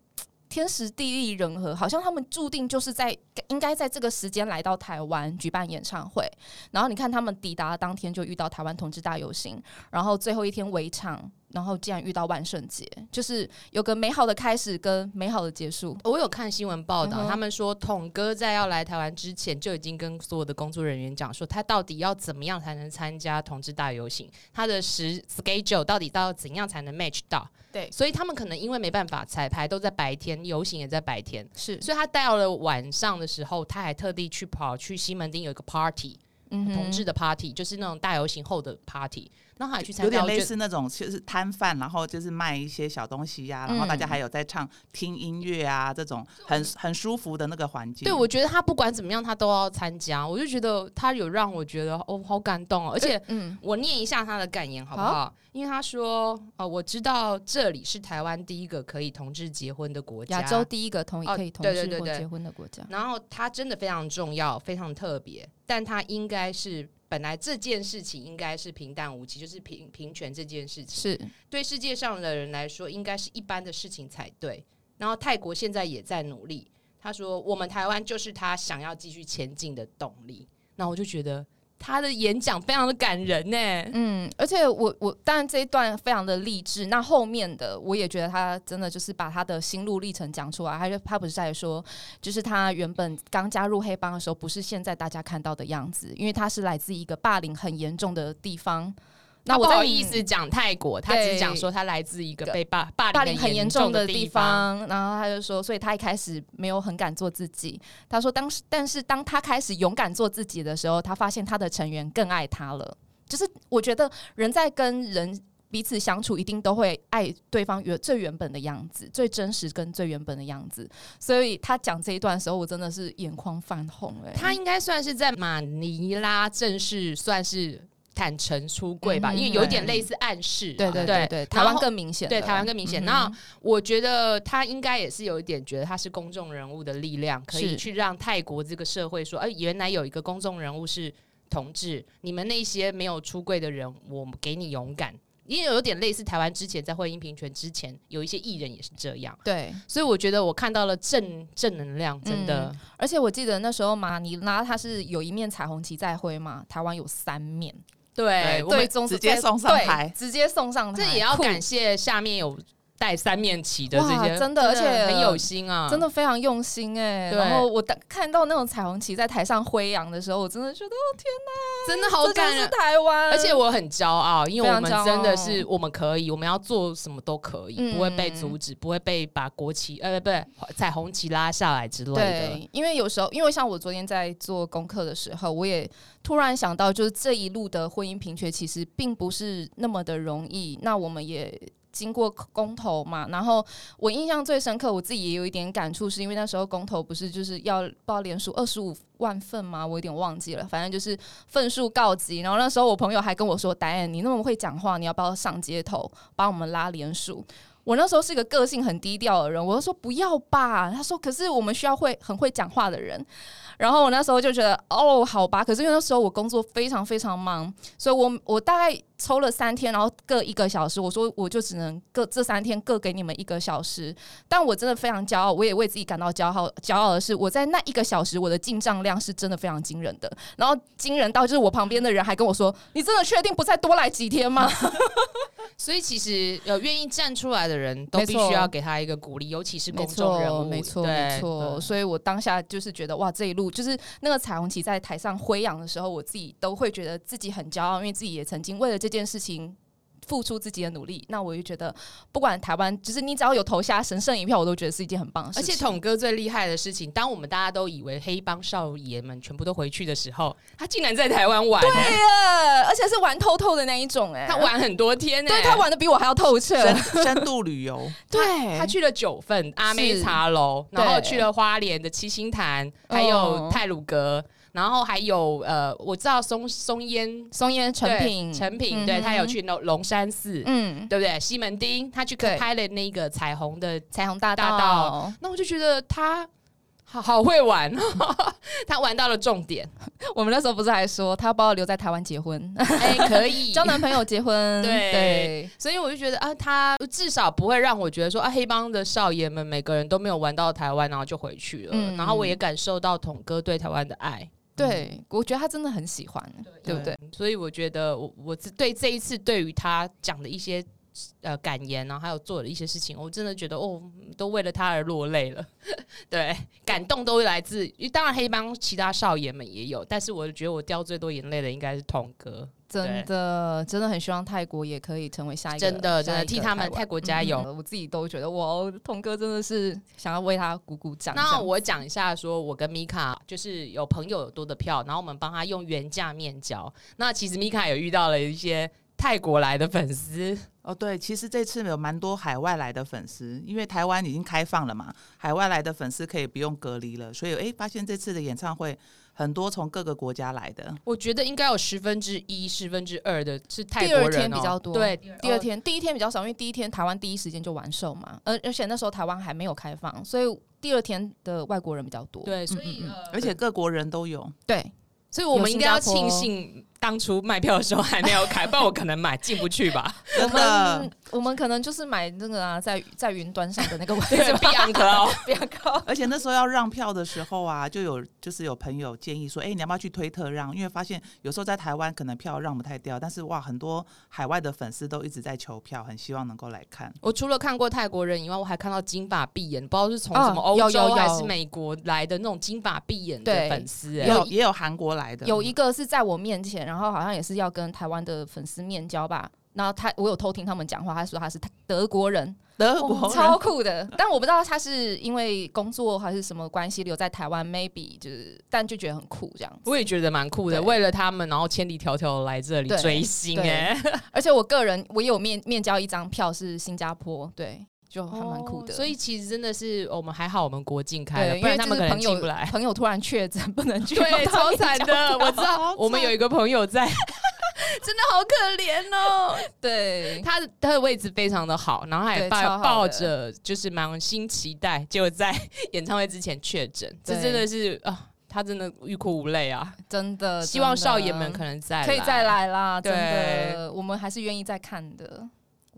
B: 天时地利人和，好像他们注定就是在应该在这个时间来到台湾举办演唱会。然后你看他们抵达当天就遇到台湾同志大游行，然后最后一天围场，然后竟然遇到万圣节，就是有个美好的开始跟美好的结束。
A: 我有看新闻报道，
B: 嗯哼
A: 他们说统哥在要来台湾之前就已经跟所有的工作人员讲说，他到底要怎么样才能参加同志大游行，他的时 schedule 到底到怎样才能 match 到？
B: 对
A: 所以他们可能因为没办法彩排都在白天，游行也在白天，
B: 是，
A: 所以他到了晚上的时候，他还特地去跑去西门町有一个 party，、
B: 嗯哼
A: 同志的 party，就是那种大游行后的 party，然后他还去参
C: 有
A: 加，
C: 点
A: 我觉
C: 类
A: 得
C: 似那种就是摊贩，然后就是卖一些小东西啊呀、然后大家
B: 嗯
C: 还有在唱听音乐啊，这种很很舒服的那个环境。
A: 对，我觉得他不管怎么样，他都要参加。我就觉得他有让我觉得哦，好感动哦。而且
B: 嗯，
A: 我念一下他的感言好不好？因为他说呃，我知道这里是台湾第一个可以同志结婚的国家，
B: 亚洲第一个同意
A: 哦
B: 可以同
A: 对对
B: 志
A: 对
B: 或
A: 对
B: 结婚的国家。
A: <laughs> 然后它真的非常重要，非常特别，但它应该是本来这件事情应该是平淡无奇，就是平平权这件事情。
B: 是，
A: 对世界上的人来说，应该是一般的事情才对。然后泰国现在也在努力，他说我们台湾就是他想要继续前进的动力。那我就觉得他的演讲非常的感人呢、
B: 嗯，而且我我当然这一段非常的励志，那后面的我也觉得他真的就是把他的心路历程讲出来，他就他不是在说，就是他原本刚加入黑帮的时候，不是现在大家看到的样子，因为他是来自一个霸凌很严重的地方。那
A: 他
B: 我
A: 不
B: 在
A: 好意思讲泰国，他只
B: 对
A: 讲说他来自一个
B: 个
A: 被霸霸
B: 霸
A: 凌
B: 凌很严重
A: 重
B: 的
A: 地
B: 地。方，然后他就说，所以他一开始没有很敢做自己。他说当时，但是当他开始勇敢做自己的时候，他发现他的成员更爱他了。就是我觉得人在跟人彼此相处，一定都会爱对方原最原本的样子，最真实跟最原本的样子。所以他讲这一段的时候，我真的是眼眶泛红、欸。
A: 他应该算是在马尼拉正式算是坦诚出柜吧，
B: 嗯
A: 因为有
C: 对
A: 点类似暗示啊。
B: 对对对
A: 对
B: 对，台
A: 然后
B: 湾更明显了，
A: 对台湾更明显。
B: 嗯哼
A: 那我觉得他应该也是有一点觉得他是公众人物的力量，可以
B: 是
A: 去让泰国这个社会说，哎、原来有一个公众人物是同志，你们那些没有出柜的人，我们给你勇敢。因为有点类似台湾之前在婚姻平权之前，有一些艺人也是这样，
B: 对。
A: 所以我觉得我看到了正正能量，真的、
B: 而且我记得那时候马尼拉它是有一面彩虹旗在挥嘛，台湾有三面，
A: 对，我
B: 最
A: 们
B: 终是
C: 哎直接
B: 在
C: 送上台
B: 对直接送上台，
A: 这也要
B: 酷
A: 感谢下面有带三面旗的这
B: 哇
A: 些，
B: 真的而且
A: 很有心啊，
C: 嗯
B: 真的非常用心哎、
A: 对
B: 然后我当看到那种彩虹旗在台上挥扬的时候，我真的觉得
A: 真的好
B: 这
A: 感啊
B: 就
A: 人
B: 是，台湾，
A: 而且我很骄傲，因为我们
B: 非常骄傲
A: 真的是我们可以，我们要做什么都可以，
B: 嗯
A: 不会被阻止，不会被把国旗呃不对彩虹旗拉下来之类的。
B: 对，因为有时候，因为像我昨天在做功课的时候，我也突然想到，就是这一路的婚姻平权其实并不是那么的容易。那我们也。经过公投嘛，然后我印象最深刻，我自己也有一点感触，是因为那时候公投不是就是要报联署二十五万份吗？我有点忘记了，反正就是份数告急。然后那时候我朋友还跟我说：“达安，你那么会讲话，你要不要上街头帮我们拉联署？”我那时候是个个性很低调的人，我就说不要吧。他说，可是我们需要会很会讲话的人。然后我那时候就觉得，哦，好吧。可是因为那时候我工作非常非常忙，所以我我大概抽了三天，然后各一个小时。我说我就只能各这三天各给你们一个小时。但我真的非常骄傲，我也为自己感到骄傲。骄傲的是，我在那一个小时我的进账量是真的非常惊人的，然后惊人到就是我旁边的人还跟我说：“你真的确定不再多来几天吗？”
A: 所以其实有愿意站出来的人都
B: 没
A: 必
B: 错
A: 须要给他一个鼓励，尤其是公
B: 没
A: 众
B: 错，
A: 人物，
B: 没错，
A: 对嗯
B: 没错。。所以我当下就是觉得，哇，这一路就是那个彩虹旗在台上挥扬的时候，我自己都会觉得自己很骄傲，因为自己也曾经为了这件事情。付出自己的努力，那我就觉得，不管台湾，就是你只要有投下神圣一票，我都觉得是一件很棒的
A: 而
B: 事
A: 且
B: 情。
A: 统哥最厉害的事情，当我们大家都以为黑帮少爷们全部都回去的时候，他竟然在台湾玩、欸，
B: 呃，而且是玩透透的那一种、哎，
A: 他，玩很多天呢、欸
B: 对他，玩的比我还要透彻。
C: 深深度旅游， <laughs>
B: 对，
A: 他去了九份阿妹茶楼，
B: 对
A: 然后去了花莲的七星潭，还有
B: 哦
A: 泰鲁阁，然后还有呃，我知道松松烟
B: 松烟成品，
A: 对成
B: 嗯
A: 品，
B: 哼
A: 对他有，去龙龙山寺，
B: 嗯，
A: 对不对？西门町，他去
B: 对
A: 拍了那个彩虹的，
B: 彩虹大
A: 大
B: 道
A: 道那我就觉得他。好好会玩，哦 <laughs> 他玩到了重点。
B: 我们那时候不是还说他要把我留在台湾结婚，
A: <laughs>
B: <laughs>
A: 哎、可以
B: 交男朋友结婚，
A: 对
B: 对
A: 所以我就觉得啊，他至少不会让我觉得说啊，黑帮的少爷们每个人都没有玩到台湾，然后就回去了。
B: 嗯
A: 然后我也感受到统哥对台湾的爱，
B: 对，我觉得他真的很喜欢，对不对？
A: 所以我觉得我我自对这一次对于他讲的一些呃感言，然后还有做的一些事情，我真的觉得哦，都为了他而落泪了。 <laughs> 对，感动都来自于当然黑帮其他少爷们也有，但是我觉得我掉最多眼泪的应该是统哥，
B: 真的，真的很希望泰国也可以成为下一个，
A: 真的真
B: 下
A: 的
B: 一个
A: 替他们
B: 台湾
A: 泰国加油。
B: 嗯我自己都觉得哇，童哥真的是想要为他鼓鼓掌。这
A: 那
B: 样
A: 我讲一下，说我跟米卡就是有朋友有多的票，然后我们帮他用原价面交。那其实米卡有遇到了一些泰国来的粉丝，
C: 哦，对，其实这次有蛮多海外来的粉丝，因为台湾已经开放了嘛，海外来的粉丝可以不用隔离了，所以诶，发现这次的演唱会很多从各个国家来的。
A: 我觉得应该有十分之一、十分之二的是泰
B: 第
A: 国人、
B: 二
A: 哦、
B: 天比较多
A: 对，
B: 第二天、
A: 呃
B: 第一天比较少，因为第一天台湾第一时间就完售嘛，而而且那时候台湾还没有开放，所以第二天的外国人比较多。
A: 对，
B: 嗯
A: 所以、
B: 嗯嗯
A: 呃
C: 而且各国人都有，
B: 对，
A: 所以我们应该要
B: 有新加坡
A: 庆幸当初卖票的时候还没有开，不然我可能买进不去 <laughs> 吧。
C: <laughs> 真的
B: 嗯。，我们可能就是买那个啊，在在云端上
A: <laughs>
B: 的那个位
A: 对
B: 置， <laughs>
A: 碧昂克哦， <laughs>
B: 比较高。
C: 而且那时候要让票的时候啊，就有就是有朋友建议说，哎、你要不要去推特让？因为发现有时候在台湾可能票让不太掉，但是哇，很多海外的粉丝都一直在求票，很希望能够来看。
A: 我除了看过泰国人以外，我还看到金发碧眼，不知道是从什么
B: 啊有
A: 欧
B: 有
A: 洲
B: 有
A: 还是美国来的那种金发碧眼的
B: 对
A: 粉丝、哎
C: 也有也有韩国来的，
B: 有一个是在我面前，然后好像也是要跟台湾的粉丝面交吧。然后他，我有偷听他们讲话，他说他是德国人，哦
C: 德国人
B: 超酷的。但我不知道他是因为工作还是什么关系留在台湾，maybe 就是，但就觉得很酷这样子。
A: 我也觉得蛮酷的，
B: 对
A: 为了他们，然后千里迢迢来这里
B: 对
A: 追星
B: 对
A: 哎、
B: 而且我个人我也有面面交一张票是新加坡，对，就还蛮酷的。
A: 哦所以其实真的是哦我们还好，我们国境开了，
B: 对，因
A: 不
B: 为
A: 然他们
B: 就
A: 可能
B: 是朋
A: 进不
B: 友
A: 来。
B: 朋友突然确诊不能去，
A: <laughs>
B: <laughs>
A: 对，超惨的，我知道。
C: 好
A: 我们有
C: 惨
A: 一个朋友在，
B: 真的好可怜
A: <laughs>
B: 哦。对，
A: 他的他的位置非常的好，然后他也
B: 对
A: 抱
B: 超好的
A: 抱着就是满心期待，结果在 <laughs> 演唱会之前确诊，这
B: 对
A: 真的是啊，他真的欲哭无泪啊！
B: 真的，
A: 希望
B: 呃真的
A: 少爷们可能再
B: 可以再。来啦，
A: 对
B: 真的，我们还是愿意再看的。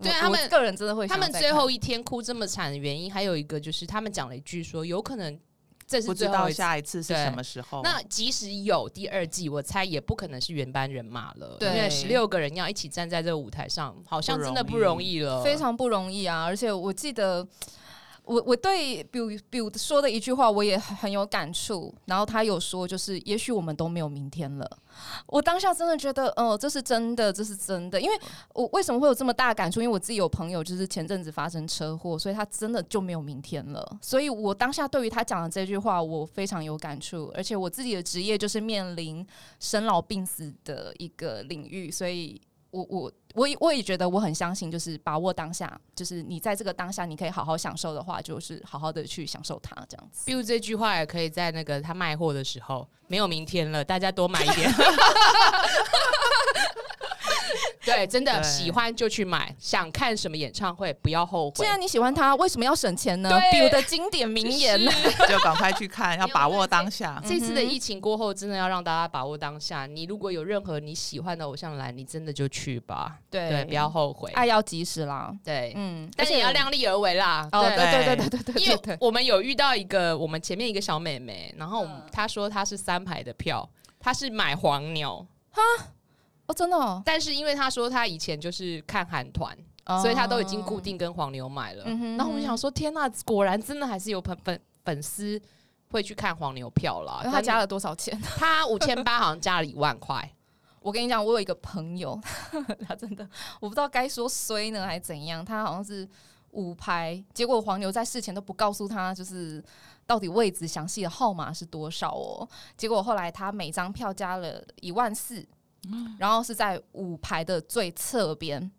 A: 对
B: 我
A: 他们
B: 我个人真的会
A: 他
B: 想要
A: 们
B: 再看，
A: 最后一天哭这么惨的原因，还有一个就是他们讲了一句说，有可能这是
C: 不知
A: 最
C: 道
A: 后一次
C: 下一次是
A: 对
C: 什么时
B: 哦
C: <laughs> 候。
A: 那即使有第二季，我猜也不可能是原班人马了，
B: 对
A: 因为十六个人要一起站在这个舞台上，好像真的不
C: 不
A: 容
C: 容易
A: 易了，
B: 非常不容易啊！而且我记得，我我对比如比如说的一句话，我也很有感触。然后他有说，就是也许我们都没有明天了。我当下真的觉得，哦、这是真的，这是真的。因为我为什么会有这么大的感触？因为我自己有朋友就是前阵子发生车祸，所以他真的就没有明天了。所以我当下对于他讲的这句话，我非常有感触。而且我自己的职业就是面临生老病死的一个领域，所以我我我也我也觉得我很相信，就是把握当下，就是你在这个当下，你可以好好享受的话，就是好好的去享受它，这样子。
A: 比如这句话也可以在那个他卖货的时候，没有明天了，大家多买一 <laughs> 点。对，真的
C: 对
A: 喜欢就去买，想看什么演唱会不要后
B: 既
A: 悔。
B: 然你喜欢它，为什么要省钱呢？
A: 对
B: 比如的经典名言，
C: 就赶快去看，要把握当 <laughs> 下。
A: <laughs> 这次的
B: 嗯哼
A: 疫情过后，真的要让大家把握当下。你如果有任何你喜欢的偶像来，你真的就去吧，
B: 对
A: 对，不要后悔。
B: 爱要及时啦。
A: 对，
B: 嗯，
A: 但是也要
B: 量。
A: 量力而为啦。
B: 哦，
A: 对
B: 对对对对对
A: 因
B: 对
A: 为
B: 对，
A: 我们有遇到一个我们前面一个小妹妹，然后我们她说她是三排的票，她是买黄牛，
B: 哦，真的哦，
A: 但是因为她说她以前就是看韩团，所以她都已经固定跟黄牛买了。
B: 嗯哼
A: 然后我们想说，天呐，果然真的还是有粉粉粉丝会去看黄牛票啦。
B: 那他加
A: 了
B: 了多少钱？ <laughs>
A: 她五千八，好像加了一万块。
B: 我跟你讲，我有一个朋友， <laughs> 他真的我不知道该说衰呢还是怎样，他好像是五排，结果黄牛在事前都不告诉他，就是到底位置详细的号码是多少哦。结果后来他每张票加了一万四，然后是在五排的最侧边，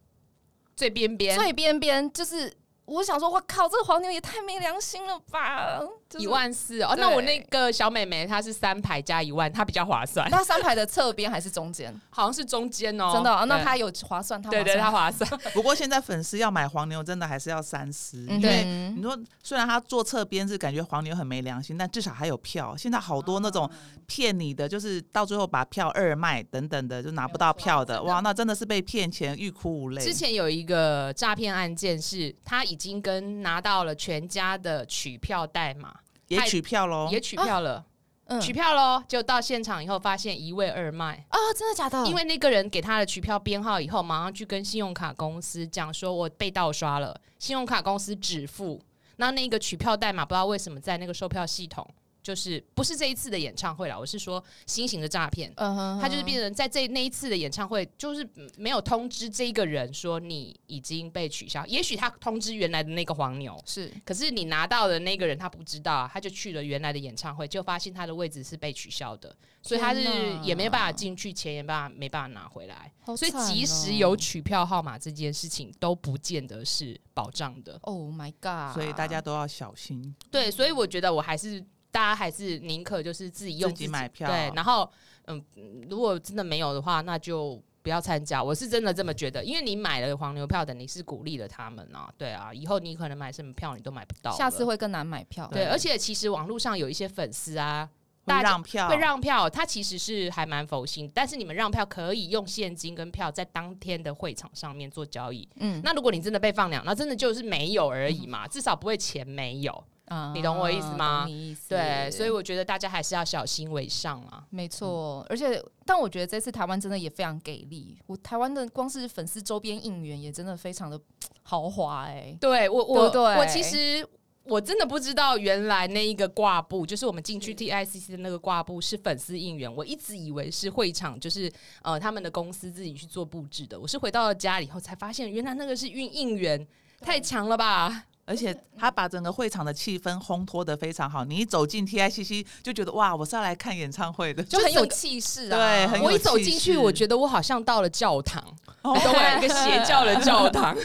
A: 最边边，
B: 最边边就是。我想说，我靠，这个黄牛也太没良心了吧！就是
A: 一万四哦。
B: 对
A: 那我那个小美眉她是三排加一万，她比较划算，
B: 那三排的侧边还是中间？
A: 好像是中间哦。
B: 真的哦、那
A: 对
B: 它有划算，它划
A: 对对
B: 算
A: 她划
B: <laughs>
A: 算，
C: 不过现在粉丝要买黄牛，真的还是要三思，
B: 嗯
C: 因为
B: 哼
C: 你说虽然他坐侧边是感觉黄牛很没良心，但至少还有票。现在好多那
A: 哦
C: 种骗你的，就是到最后把票二卖等等的，就拿不到票的，哇，那真的是被骗钱欲哭无泪。
A: 之前有一个诈骗案件是，他已经跟拿到了全家的取票代码，
C: 也取票喽，
A: 也取票了，
B: 嗯
A: 取票喽，就到现场以后发现一位二卖。
B: 啊，真的假的？
A: 因为那个人给他的取票编号以后，马上去跟信用卡公司讲说，我被盗刷了，信用卡公司止付。那那个取票代码不知道为什么在那个售票系统，就是不是这一次的演唱会啦，我是说新型的诈骗，
B: 嗯哼
A: 他就是变成在这那一次的演唱会，就是嗯没有通知这一个人说你已经被取消。也许他通知原来的那个黄牛，
B: 是
A: 可是你拿到的那个人他不知道啊、他就去了原来的演唱会，就发现他的位置是被取消的，所以他是
B: 天哪
A: 也没办法进去，钱也没办法没办法拿回来。
B: 好
A: 所以
B: 惨哦
A: 即使有取票号码这件事情，都不见得是保障的。
B: ，Oh my god！
C: 所以大
A: 啊
C: 家都要小心。
A: 对，所以我觉得我还是大家还是宁可就是自己用
C: 自己买票
A: 对，然后嗯，如果真的没有的话，那就不要参加。我是真的这么觉得，因为你买了黄牛票，等于是鼓励了他们啊。对啊，以后你可能买什么票你都买不到了，
B: 下次会更难买票。
A: 对。而且其实网络上有一些粉丝啊，大
C: 会
A: 家
C: 让票，
A: 会让票，他其实是还蛮佛心，但是你们让票可以用现金跟票在当天的会场上面做交易。
B: 嗯，
A: 那如果你真的被放两，那真的就是没有而已嘛，至少不会钱没有。
B: 啊
A: 你懂我意思吗
B: 懂你意思
A: 对，所以我觉得大家还是要小心为上啊。
B: 没错，而且但我觉得这次台湾真的也非常给力，我台湾的光是粉丝周边应援也真的非常的豪华哎、
A: 对我，我
B: 对对
A: 我其实我真的不知道，原来那一个挂布就是我们进去
B: 嗯
A: TICC 的那个挂布是粉丝应援，我一直以为是会场，就是呃他们的公司自己去做布置的。我是回到了家里以后才发现，原来那个是运应援，太强了吧！
C: 而且他把整个会场的气氛烘托的非常好。你一走进 TICC 就觉得哇，我是要来看演唱会的，
B: 就很
A: 整
B: 有
A: 个
B: 气势啊，
C: 对很有
A: 我一走进
C: 气
A: 去，
C: 势
A: 我觉得我好像到了教
B: <laughs>
A: 堂。
C: 哦
A: 懂吗？一个邪教的教堂，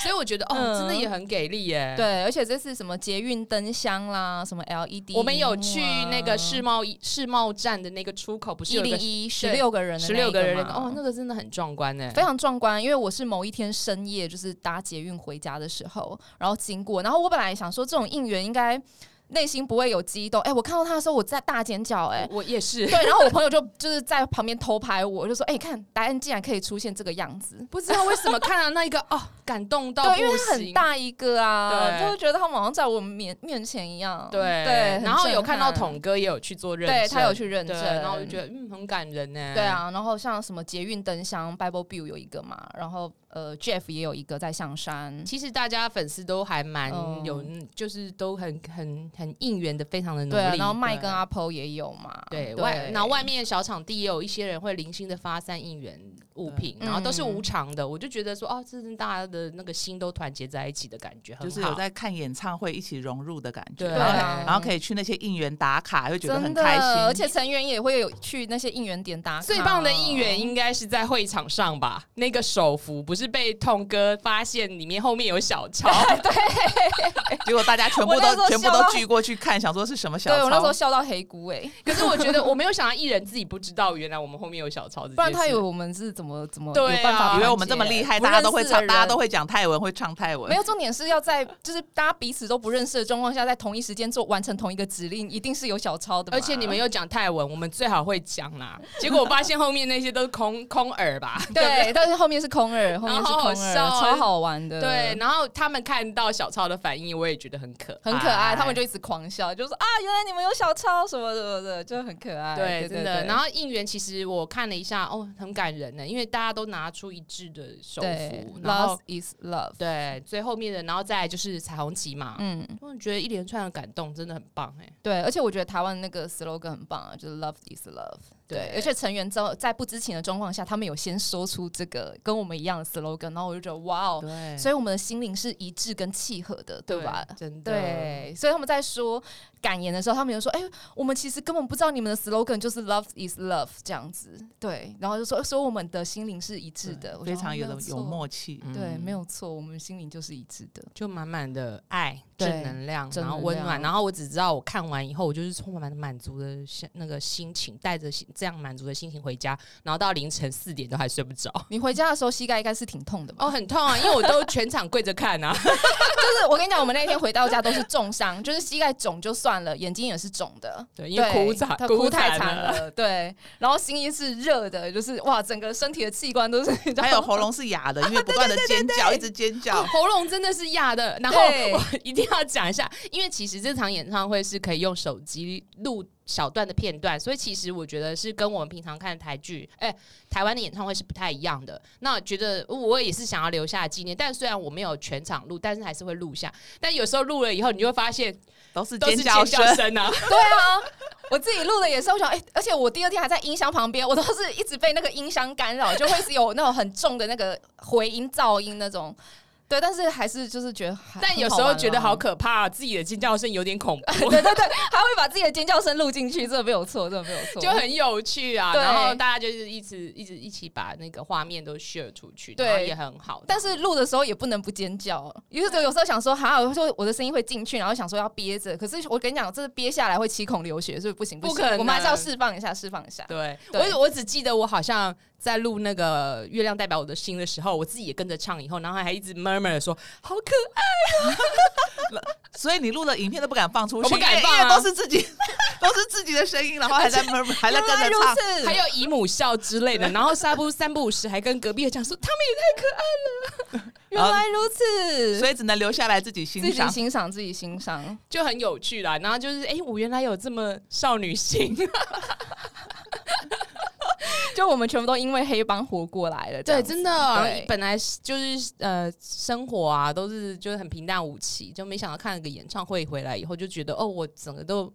A: 所以我觉得哦，真的也很给力耶。，
B: 嗯对，而且这次什么捷运灯箱啦，什么 E LED，
A: 我们有去那个
B: 啊
A: 世贸世贸站的那个出口，不是
B: 一零一十六个人的那
A: 十
B: 一嘛，
A: 六个人那个哦，那个真的很壮观哎
B: 非。常壮观，因为我是某一天深夜就是搭捷运回家的时候，然后经过，然后我本来想说这种应援应该内心不会有激动，哎、我看到他的时候我在大尖叫、
A: <laughs>
B: 哎。
A: 我也是，
B: 对，然后我朋友就就是在旁边偷拍我，就说：“哎、你看答案竟然可以出现这个样子。
A: 不知道为什么看到那一个哦，感动”到
B: 对，因为
A: 不
B: 它很
A: 行。
B: 大一个啊，
A: 对
B: 就觉得他们好像在我们面面前一样。
A: 对
B: 对，
A: 然后
B: 很
A: 有
B: 震
A: 看到
B: 撼
A: 统哥也有去做认证，
B: 对他有去认
A: 对
B: 证，
A: 然后我就觉得嗯很感人呢。
B: 对，啊，然后像什么捷运灯箱 Bible View 有一个嘛，然后呃 Jeff 也有一个在象山，
A: 其实大家粉丝都还蛮
B: 嗯
A: 有，就是都很很很应援的，非常的努
B: 对啊，
A: 力。
B: 然后麦
A: 对
B: 跟 Apple 也有嘛，
A: 对外，然后外面小场地也有一些人会零星的发散应援物品，
B: 对
A: 然后都是
B: 嗯
A: 无偿的。我就觉得说，哦，这是大家的那个心都团结在一起的感觉，很
C: 就是
A: 好
C: 有在看演唱会一起融入的感觉，
A: 对
C: 然后
B: 啊
C: 然后可以去那些应援打卡，又觉得很
B: 真
C: 开心，
B: 的，而且成员也会有去那些应援点打卡，
A: 最棒的应援应该是在会场上吧？那个手幅不是被痛哥发现里面后面有小 <laughs> 抄，
C: <laughs> 结果大家全部
B: 我那时
C: 都
B: 候
C: 全部
B: 笑
C: 都
B: 到
C: 聚过去看，想说是什么小
B: 对我那时
C: 抄
B: 候笑到黑姑哎、
A: 可是我觉得我没有想到艺人自己不知道，原来我们后面有小抄，
B: 不然他以为。我们是怎么怎么
A: 对啊
B: 有办法团结，
C: 以为我们这么厉害，
B: 不
C: 大家都会
B: 认识的
C: 唱，大家
B: 人
C: 都。会讲泰文，会唱泰文
B: 没。有重点是要在就是大家彼此都不认识的状况下，在同一时间做完成同一个指令，一定是有小抄的嘛。
A: 而且你们又讲泰文，我们最好会讲啦。结果我发现后面那些都是空空耳吧？
B: 对，但是后面是空耳，后
A: 后
B: 面是空
A: 好
B: 耳，
A: 笑哦
B: 超好玩的，
A: 对，，然后他们看到小抄的反应，我也觉得很可
B: 很可爱。
A: 哎
B: 他们就一直狂笑，就说啊，原来你们有小抄什么什么的，就很可爱。
A: 对，
B: 对，
A: 真的。
B: 对
A: 然后应援其实我看了一下，哦，很感人呢，因为大家都拿出一致的手
B: 对
A: 幅，然
B: ，Love
A: 后
B: is love，
A: 对最后面的，然后再来就是彩虹旗嘛。
B: 嗯，
A: 我觉得一连串的感动真的很棒哎，
B: 对，而且我觉得台湾那个 slogan 很棒啊，就是 Love is love。对，而且成员之后在不知情的状况下，他们有先说出这个跟我们一样的 slogan，然后我就觉得哇哦，
C: 对
B: 所以我们的心灵是一致跟契合的，对吧？
A: 真的
B: 对，所以他们在说感言的时候，他们有说：“哎、我们其实根本不知道你们的 slogan 就是 ‘love is love’ 这样子。”对，然后就说说我们的心灵是一致的，我觉
C: 非
B: 得
C: 常有
B: 没
C: 的
B: 错嗯
C: 有默契。
B: 对，没
A: 有。
B: 有错，我们心灵就是一致的。
A: 嗯就满满的爱、
B: 对
A: 正能量，
B: 正
A: 然后
B: 能
A: 温
B: 量
A: 暖。然后我只知道我看完以后，我就是充满满足的心那个心情，带着心这样满足的心情回家，然后到凌晨四点都还睡不着。 <laughs>
B: 你回家的时候膝盖应该是挺痛的吧？
A: 哦，很痛啊，因为我都全场跪着看啊。 <laughs>
B: 就是我跟你讲，我们那天回到家都是重伤，就是膝盖肿就算了，眼睛也是肿的，
A: 对，因为
B: 对，
A: 哭惨，
B: 他哭太
A: 惨
B: 惨。了，对，然后心也是热的，就是哇，整个身体的器官都是，
C: 还有喉咙是
B: <laughs>
C: 哑的，因为不断的尖叫，一直尖
A: 哦
C: 叫。
A: 喉咙真的是哑的，然后
B: 对
A: 我一定要讲一下，因为其实这场演唱会是可以用手机录小段的片段，所以其实我觉得是跟我们平常看台剧，哎、台湾的演唱会是不太一样的。那觉得我也是想要留下纪念，但虽然我没有全场录，但是还是会录下。但有时候录了以后，你就会发现
C: 都是
A: 都是
C: 尖
A: 尖
C: 叫
A: 叫
C: 声。
A: 声啊，
B: 对啊，我自己录的也是，我想，哎、而且我第二天还在音箱旁边，我都是一直被那个音箱干扰，就会是有那种很重的那个回音噪音那种。对，但是还是就是觉得还，
A: 但有
B: 很
A: 时候
B: 玩啊
A: 觉得
B: 啦
A: 好可怕、自己的尖叫声有点恐怖。
B: 对对对，还会把自己的尖叫声录进去，真的没有错，真的没有错。
A: <laughs> 就很有趣啊，
B: 对
A: 然后大家就是一直一直一起把那个画面都 share 出去，
B: 对
A: 然后也很好。
B: 但是录的时候也不能不尖叫，因为有时候想说，哈，我说我的声音会进去，然后想说要憋着，可是我跟你讲，这憋下来会七孔流血，所以不行，
A: 不
B: 行
A: 可能
B: 我们还是要释放一下，释放一下。
A: 对
B: 对
A: 我，我只记得我好像在录那个《月亮代表我的心》的时候，我自己也跟着唱，以后然后还一直 murmur 地说好可爱，
C: 所以你录的影片都不敢放出去，
A: 我不敢
C: 因为
A: 放啊
C: 因为都是自己， <laughs> 都是自己的声音，然后还在 murmur，还在跟
B: 原来
C: 着
B: 如
C: 唱。
B: 此，
A: 还有姨母笑之类 <laughs> 的。然后三不三不五时还跟隔壁的讲说他们
B: 原来如此，
C: 所以只能留下来自己欣
B: 自己
C: 赏。
B: 欣赏，自己欣赏。
A: 就很有趣啦。然后就是哎、诶我原来有这么少女心，
B: 就我们全部都因为黑帮活过来了，这
A: <laughs>
B: 样
A: 对，
B: 子
A: 真的
B: 对，
A: 本来是就是呃，生活啊都是就是很平淡无奇，就没想到看了个演唱会回来以后，就觉得哦，我整个都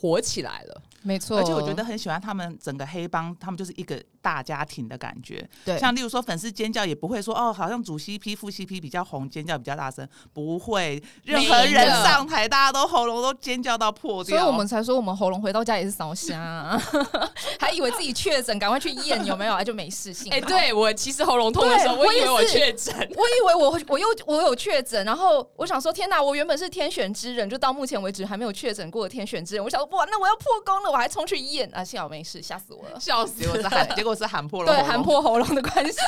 A: 火起来了。
B: 没错。
C: 而且我觉得很喜欢他们整个黑帮，他们就是一个大家庭的感觉。
B: 对
C: 像例如说粉丝尖叫也不会说哦，好像主 CP、副 CP 比较红，尖叫比较大声，不会，任何
A: 没有
C: 人上台大家都喉咙都尖叫到破
B: 所
C: 掉。
B: 以我们才说我们喉咙回到家也是烧瞎、 <laughs> 还以为自己确诊，赶快去验有没有，哎就没事。幸好
A: 哎、，对我其实喉咙痛的时候，
B: 对
A: 我以为
B: 我
A: 我
B: 也是
A: 确诊，
B: 我以为我我又我有确诊，然后我想说天哪，我原本是天选之人，就到目前为止还没有确诊过的天选之人。我想说哇，那我要破功了，我还冲去验啊，幸好没事，吓死我了。
A: 笑死
C: 结果是喊，结果是喊破了
B: 对
C: 喉，咙，
B: 含破喉咙的关
C: <laughs>
B: 系。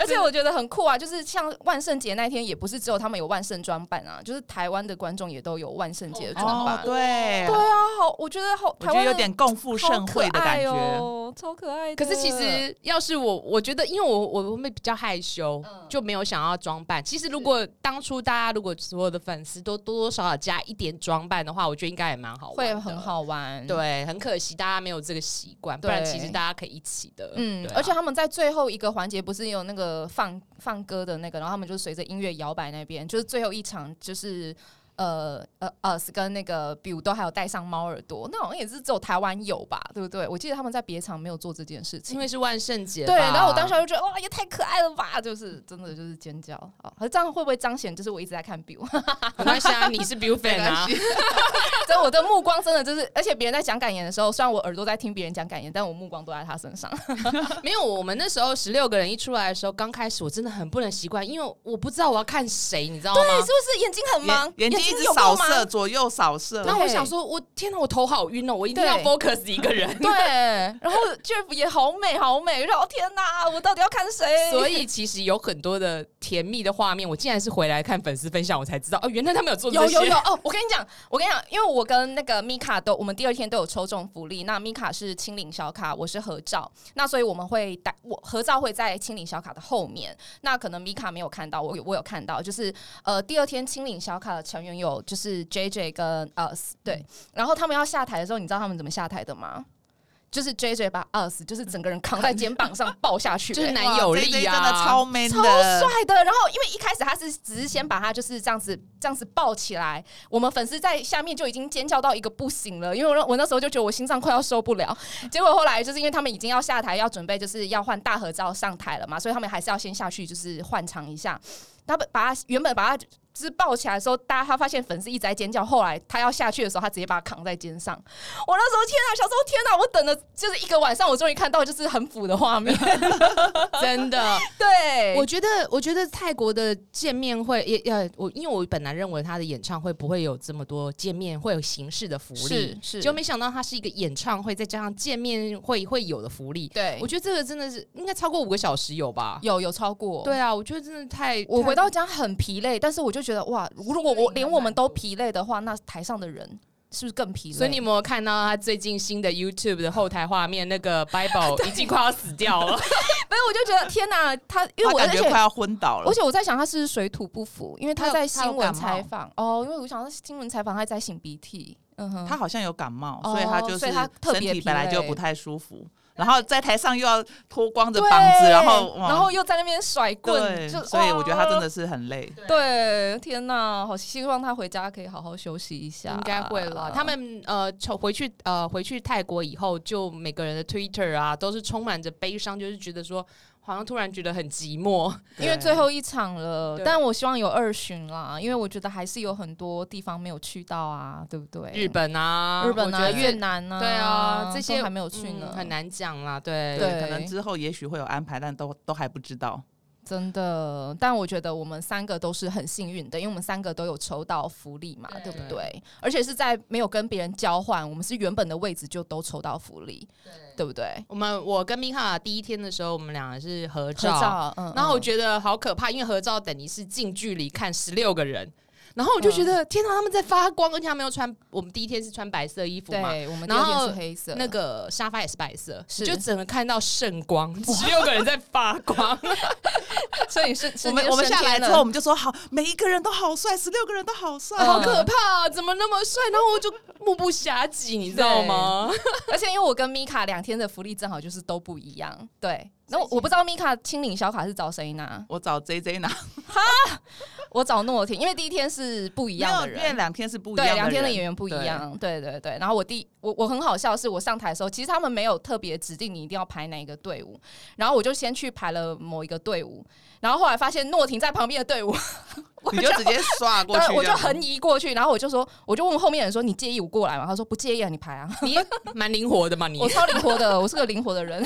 B: 而且我觉得很酷啊，就是像万圣节那天，也不是只有他们有万圣装扮啊，就是台湾的观众也都有万圣节的装扮。
C: 哦，对
B: 对，啊，好，我觉得好，
C: 我
B: 台
C: 觉得
B: 湾
C: 有点共赴盛会的感觉。
B: 哦，超可爱的。
A: 可是其
B: 嗯
A: 实要是我，我觉得因为我我我会比较害羞，
B: 嗯
A: 就没有想要装扮。其实如果当初大家如果所有的粉丝都多多少少加一点装扮的话，我觉得应该也蛮好玩
B: 会
A: 的，
B: 很。好玩，。
A: 对，很可惜大家没有这个习惯，不然
B: 对
A: 其实大家可以一起的。
B: 嗯，
A: 对啊
B: 而且他们在最后一个环节不是有那个放放歌的那个，然后他们就随着音乐摇摆那边，就是最后一场就是呃呃 us 跟那个比如都还有戴上猫耳朵，那好像也是只有台湾有吧，对不对？我记得他们在别场没有做这件事
A: 因
B: 情。
A: 为是万圣节吧，
B: 对，然后我当时就觉得哇，也太可爱了吧！就是真的就是尖叫，好，可是这样会不会彰显就是我一直在看 Biu？
A: 没关系啊，你是
B: <laughs>
A: Bill
C: 没
A: fan
C: 关
A: 啊
C: 系，
B: 所以我的目光 <laughs> 真的就是，而且别人在讲感言的时候，虽然我耳朵在听别人讲感言，但我目光都在他身上。
A: <laughs>
C: 哦
A: 没有，我们那时候十六个人一出来的时候，刚开始我真的很不能习惯，因为我不知道我要看谁，你知道吗？
B: 是不是眼睛很
C: 眼
B: 忙？
C: 眼睛一直
B: 有够
C: 扫
B: 忙
C: 射，左右扫射。
A: 然后我
B: 对
A: 想说，我天哪，我头好晕哦，我一定要
B: 对
A: focus 一个
B: <laughs>
A: 人。 <laughs>
B: 对，然后 Jeff 也好美，好美，然后哦天哪，我到底要看谁？
A: 所以其实有很多的甜蜜的画面，我竟然是回来看粉丝分享，我才知道哦，原来他们有做这
B: 有
A: 些。
B: 有有哦，我跟你讲，我跟你讲，因为我跟那个米卡都，我们第二天都有抽中福利。那米卡是清领小卡，我是合照，那所以我们会打我合照会在清领小卡的后面。那可能米卡没有看到，我有我有看到，就是呃第二天清领小卡的成员有就是 J J 跟 US
A: 嗯
B: 对，然后他们要下台的时候，你知道他们怎么下台的吗？就是 J J 把 US 就是整个人扛在肩
A: <laughs>
B: 膀上抱下去、
A: 就是
B: 欸
A: 男友
C: 哇这一
A: 力
C: 堆
A: 啊，
C: 真的超 man
B: 超
C: 的，
B: 帅的。然后因为一开始他是只是先把他就是这样子这样子抱起来，我们粉丝在下面就已经尖叫到一个不行了，因为我那我那时候就觉得我心脏快要受不了。 <laughs> 结果后来就是因为他们已经要下台，要准备就是要换大合照上台了嘛，所以他们还是要先下去就是换场一下。他把把他原本把他。就是抱起来的时候，大家他发现粉丝一直在尖叫，后来他要下去的时候，他直接把他扛在肩上。我那时候天啊，小时候天哪，我等了就是一个晚上，我终于看到就是很腐的画面。
A: <laughs> 真的，
B: <laughs> 对，
A: <laughs> 我觉得，我觉得泰国的见面会也呃，我因为我本来认为他的演唱会不会有这么多见面会有形式的福利
B: 是，是
A: 结果没想到它是一个演唱会，再加上见面会会有的福利。
B: 对
A: 我觉得这个真的是应该超过五个小时有吧？
B: 有有超过。
A: 对啊，我觉得真的太……
B: 我
A: 太
B: 回到家很疲累，但是我就觉得哇，如果我连我们都疲累的话，那台上的人是不是更疲累？
A: 所以你有没有看到他最近新的 YouTube 的后台画面？那个 <laughs> Bible 已经快要死掉了，
B: 没有，我就觉得天哪，他因为
C: 他
B: 我而
C: 感觉
B: 且
C: 快要昏倒了
B: 而。且我在想，他是不是水土不服，因为
C: 他
B: 他
C: 有
B: 在
C: 他有
B: 新闻
C: 感冒
B: 采访哦，因为我想到新闻采访他在擤鼻涕，嗯哼，
C: 他好像有感冒，
B: 哦
C: 所以他就是
B: 所以他特
C: 身
B: 别
C: 体本来
B: 疲
C: 就
B: 累
C: 不太舒服，然后在台上又要脱光着
B: 对
C: 膀子，然后哇
B: 然后又在那边甩
C: 对
B: 棍，就，哦
C: 所以我觉得他真
B: 哇
C: 的是很累。
B: 对，天哪，好希望他回家可以好好休息一下，
A: 应该会啦。他们呃，从回去呃回去泰国以后，就每个人的 Twitter 啊，都是充满着悲伤，就是觉得说，好像突然觉得很寂寞。
B: 因为最后一场了，
A: 对
B: 但我希望有二巡啦，因为我觉得还是有很多地方没有去到啊，对不对？
A: 日、本啊，
B: 日本
A: 我觉
B: 啊、
A: 得
B: 越。南啊，
A: 对啊，这些
B: 都还没有去呢，
A: 嗯很，难讲啦。对，
B: 对
C: 可能之后也许会有安排，但都都还不知道。
B: 真的。但我觉得我们三个都是很幸运的，因为我们三个都有抽到福利嘛，
A: 对
B: 对不对？而且是在没有跟别人交换，我们是原本的位置就都抽到福利，对不对？
A: 我们我跟米卡第一天的时候，我们两个是合
B: 合
A: 照，
B: 照，嗯，
A: 然后我
B: 嗯
A: 觉得好可怕，因为合照等于是近距离看十六个人，然后我就觉
B: 嗯
A: 得、天哪，啊他们在发光，而且他们又穿，我们第一天是穿白色衣服嘛，
B: 对，我们
A: 然
B: 然后
A: 后
B: 是黑色，
A: 那个沙发也是白色，
B: 是
A: 就整个看到圣 <laughs> 光，十六个人在发 <laughs> 光，
B: 所以是 <laughs>
C: 我们我们下来之后，我，们就说好，每一个人都好帅，十六个人都好帅。
B: 哦
A: 好可怕、啊，怎么那么帅？然后我就目不暇接，你知道吗？
B: <laughs> 而且因为我跟米卡两天的福利正好就是都不一样，对。那我我不知道米卡清领小卡是找谁拿，
C: 我找 J J 拿，
B: 我找诺婷，因为第一天是不一
C: 没
B: 样
C: 有
B: 的
C: 因为
B: 人。
C: 两天是不一
B: 对，
C: 样
B: 两天的
C: 人
B: 演员不一样，对对对。然后我第我我很好笑的是，我上台的时候，其实他们没有特别指定你一定要排哪一个队伍，然后我就先去排了某一个队伍，然后后来发现诺婷在旁边的队伍，我
C: 你就直接刷过
B: 对
C: 去，
B: <laughs> 我就横移过去，然后我就说，我就问后面的人说：“你介意我过来吗？”他说：“不介意啊，你排啊。
A: 你也蛮灵活的嘛，” <laughs> 你
B: 我超灵活的，我是个灵活的
C: <laughs>
B: 人。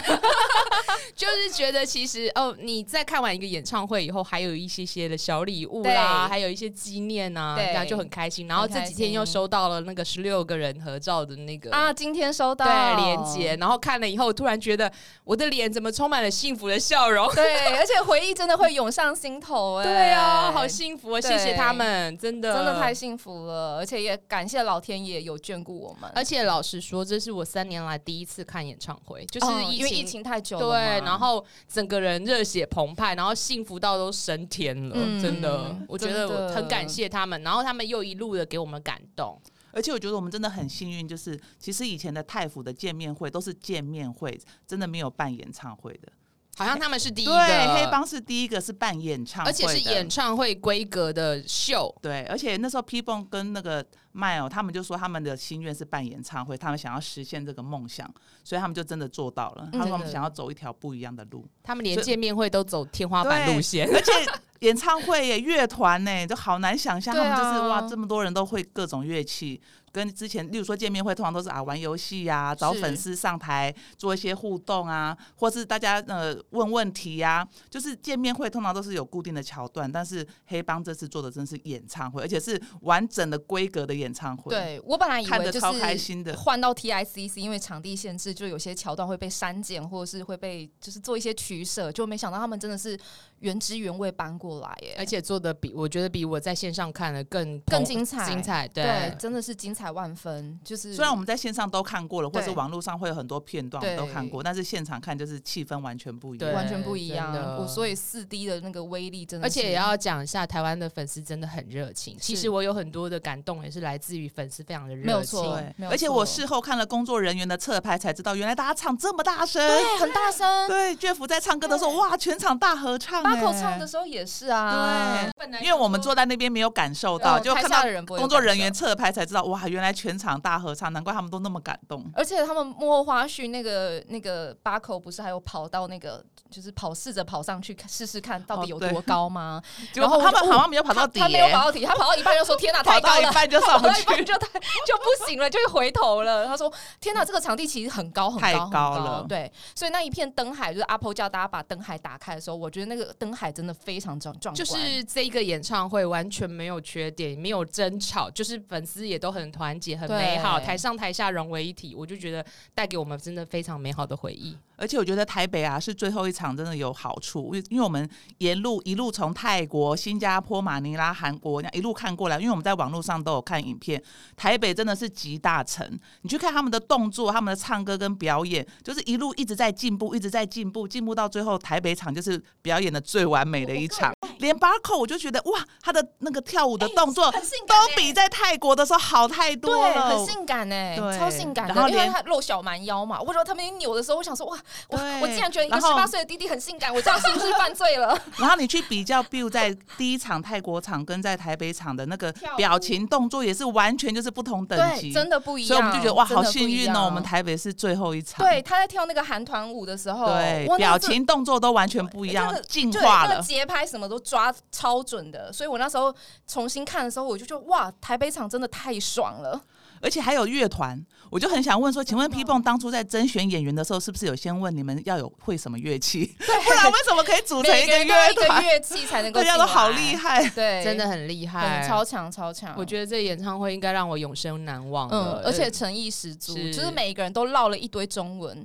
A: 就是觉得其实哦，你在看完一个演唱会以后，还有一些些的小礼物啦，
B: 对
A: 还有一些纪念啊，
B: 对
A: 这样就很开心。然后
B: 很
A: 这
B: 开
A: 几天又收到了那个十六个人合照的那个。
B: 啊，今天收到
A: 对，连接，然后看了以后，突然觉得我的脸怎么充满了幸福的笑容？
B: <laughs> 对，而且回忆真的会涌上心头、哎，
A: 对啊，好幸福啊！
B: 对
A: 谢谢他们，真的
B: 真的太幸福了，而且也感谢老天爷有眷顾我们，
A: 而且老实说，这是我三年来第一次看演唱会，就是
B: 哦
A: 疫
B: 因为
A: 情，
B: 疫情太久了嘛，
A: 对，然后整个人热血澎湃，然后幸福到都升天了，
B: 嗯
A: 真的，我觉得
B: 真的
A: 我很感谢他们，然后他们又一路的给我们感动，
C: 而且我觉得我们真的很幸运，就是其实以前的泰服的见面会都是见面会，真的没有办演唱会的。
A: 好像他们是第一个
C: 对，黑，帮是第一个是办演唱会
A: 而
C: 的，
A: 且是演唱会规格的秀，
C: 对，而且那时候 P b o n 跟那个 Mile 他们就说他们的心愿是办演唱会，他们想要实现这个梦想，所以他们就真的做到
A: 嗯
C: 了。他说他
B: 真
C: 们
B: 的
C: 想要走一条不一样的路，
A: 他们连
C: 所以
A: 见面会都走天花板
C: 对
A: 路线，
C: 而且演唱会耶、乐团呢，就好难想象，
B: 对
C: 他
B: 啊
C: 们就是哇，这么多人都会各种乐器。跟之前，例如说见面会，通常都是啊玩游戏呀，找
B: 是
C: 粉丝上台做一些互动啊，或是大家呃问问题呀、就是见面会通常都是有固定的桥段，但是黑帮这次做的真是演唱会，而且是完整的规格的演唱会。，
B: 对我本来以
C: 看
B: 为
C: 得
B: 就
C: 超开心
B: 是
C: 的
B: 换到 TICC，因为场地限制，就有些桥段会被删减，或者是会被就是做一些取舍，就没想到他们真的是原汁原味搬过来哎耶，
A: 而且做的比我觉得比我在线上看的更
B: 更
A: 澎
B: 精彩
A: 精彩，
B: 对，真的是精彩万分，就是
C: 虽然我们在线上都看过了，或是
B: 对
C: 网络上会有很多片段我们都看过，但是现场看就是气氛完全不一样
A: 对。
B: 完全不一样
A: 真的，
B: 我所以四 D 的那个威力真的
A: 而
B: 是，
A: 且也要讲一下，台湾的粉丝真的很热情。其实我有很多的感动，也是来自于粉丝非常的
B: 没
A: 热
B: 有
A: 情。
B: 错哎没
C: 对，
B: 有
C: 而且
B: 错
C: 我事后看了工作人员的侧拍，才知道原来大家唱这么大声。
B: 对很大声，
C: 对，乐府在唱歌的时候，哇，全场大合唱、
B: 八口
C: 哎
B: 唱的时候也是啊，
C: 对因为我们坐在那边没有感受到，
B: 嗯
C: 就
B: 台
C: 看
B: 下
C: 到
B: 的人不会有
C: 工作
B: 感
C: 人员
B: 受
C: 侧拍才知道，哇，原来全场大合唱，难怪他们都那么感动。
B: 而且他们幕后花絮，那个那个巴口不是还有跑到那个，就是跑试着跑上去看试试看到底有
C: 哦对
B: 多高吗？
C: 结
B: 然
C: 果
B: 后
C: 他们
B: 我就
C: 好像没有跑到底
B: 他没有
C: 耶
B: 跑，到底， <laughs> 他跑到一半就说：“天哪，
C: 跑
B: 太
C: 到
B: 高
C: 一
B: 了！”
C: 半就上
B: 跑到一
C: 去
B: 半。就太就不行了，就会回头了。他说：“天哪，这个场地其实很高，很
C: 太
B: 高，很
C: 高
B: 高
C: 了
B: 对，所以那一片灯海，就是阿婆叫大家把灯海打开的时候，我觉得那个灯海真的非常壮壮观。
A: 就是这一个演唱会完全没有缺点，没有争吵，就是粉丝也都很团结、很美好，
B: 对
A: 台上台下融为一体。我就觉得带给我们真的非常美好的回忆。
C: 而且我觉得台北啊是最后一场真的有好处，因为因为我们沿路一路从泰国、新加坡、马尼拉、韩国那样一路看过来，因为我们在网络上都有看影片，台北真的是集大成。你去看他们的动作、他们的唱歌跟表演，就是一路一直在进步，一直在进步，进步到最后台北场就是表演的最完美的一场。连巴扣我就觉得哇，他的那个跳舞的动作
B: 哎很性
C: 都
B: 感欸
C: 比在泰国的时候好太多
B: 对，
C: 了，
B: 很性感哎、
C: 对
B: 超性感的。
C: 然后
B: 因为
C: 连
B: 他露小蛮腰嘛，我觉得他们一扭的时候，我想说哇，我
C: 对
B: 我竟然觉得一个
C: 然
B: 十
C: 后
B: 八岁的弟弟很性感，我这样是不是犯罪了？
C: 然后你去比较 Biu 在第一场泰国场跟在台北场的那个
B: 跳舞
C: 表情动作，也是完全就是不同 <laughs> 等级，
B: 对，真的不一样。
C: 所以我们就觉得哇，
B: 真的
C: 好
B: 不
C: 幸
B: 一
C: 运哦，
B: 样
C: 我们台北是最后一场，
B: 对他在跳那个韩团舞的时候，
C: 对
B: 哇，
C: 表
B: 那真的
C: 情动作都完全不一样
B: 那个，
C: 进
B: 对，
C: 化
B: 那个
C: 了。
B: 节拍什么都抓超准的，所以我那时候重新看的时候，我就觉得哇，台北场真的太爽了。
C: 而且还有乐团，我就很想问说，请问 P 蹦当初在甄选演员的时候，是不是有先问你们要有会什么乐器？ <laughs> 不然为什么可以组成
B: 每
C: 一
B: 个人都要
C: 乐
B: 一个
C: 团？
B: 乐器才能够
C: 大
B: 进
C: 家
B: 来，
C: 都好厉，害，
B: 对，
A: 真的很厉害，
B: 很超强超强。
A: 我觉得这演唱会应该让我永生难忘
B: 嗯
A: 了。，
B: 而且诚意十足，
A: 呃是
B: 就是每一个人都唠了一堆中文。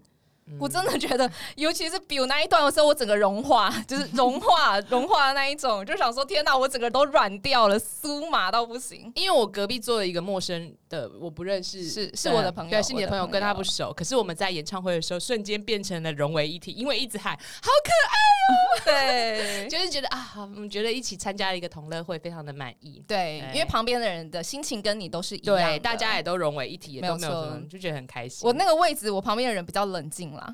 A: 嗯
B: 我真的觉得，尤其是比我那一段的时候，我整个融化，
A: <laughs>
B: 就是融化、融化的那一种，就想说天哪，我整个都软掉了，酥麻到不行。 <laughs>
A: 因为我隔壁坐了一个陌生的，我不认识，
B: 是
A: 对
B: 是我的朋友
A: 对，是你的朋友，
B: 我的朋
A: 跟
B: 友
A: 他不熟。可是我们在演唱会的时候，瞬间变成了融为一体，因为一直喊，
B: 对，
A: 就是觉得啊，我们觉得一起参加了一个同乐会，非常的满意。
B: 对
A: 对，
B: 因为旁边的人的心情跟你都是一样的
A: 哎对，大家也都融为一体，也都没有
B: 没有错
A: 什么，就觉得很开心。
B: 我那个位置，我旁边的人比较冷静啦，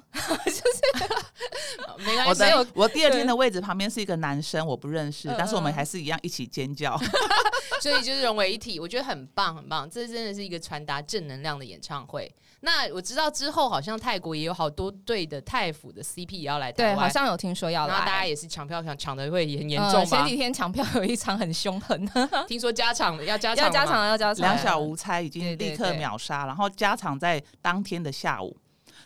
A: 哦没
C: 我
A: 关系，
C: 的我第二天的位置旁边是一个男生，我不认识
B: 嗯，
C: 但是我们
B: 嗯
C: 还是一样一起尖叫。
A: 所以就是融为一体，我觉得很棒，很棒。这真的是一个传达正能量的演唱会。那我知道之后，好像泰国也有好多对的泰服的 CP 也要来台
B: 对，
A: 湾，
B: 好像有听说要
A: 然
B: 来，
A: 后大家也是抢票抢抢的会很严重
B: 嗯前
A: 吧？
B: 几天抢票有一场很凶狠，
A: 听说加场要加场
B: 要
A: 了吗
B: 加场，要加场，
C: 两小无猜已经
B: 对对
C: 立刻
B: 对
C: 秒杀，然后加场在当天的下午，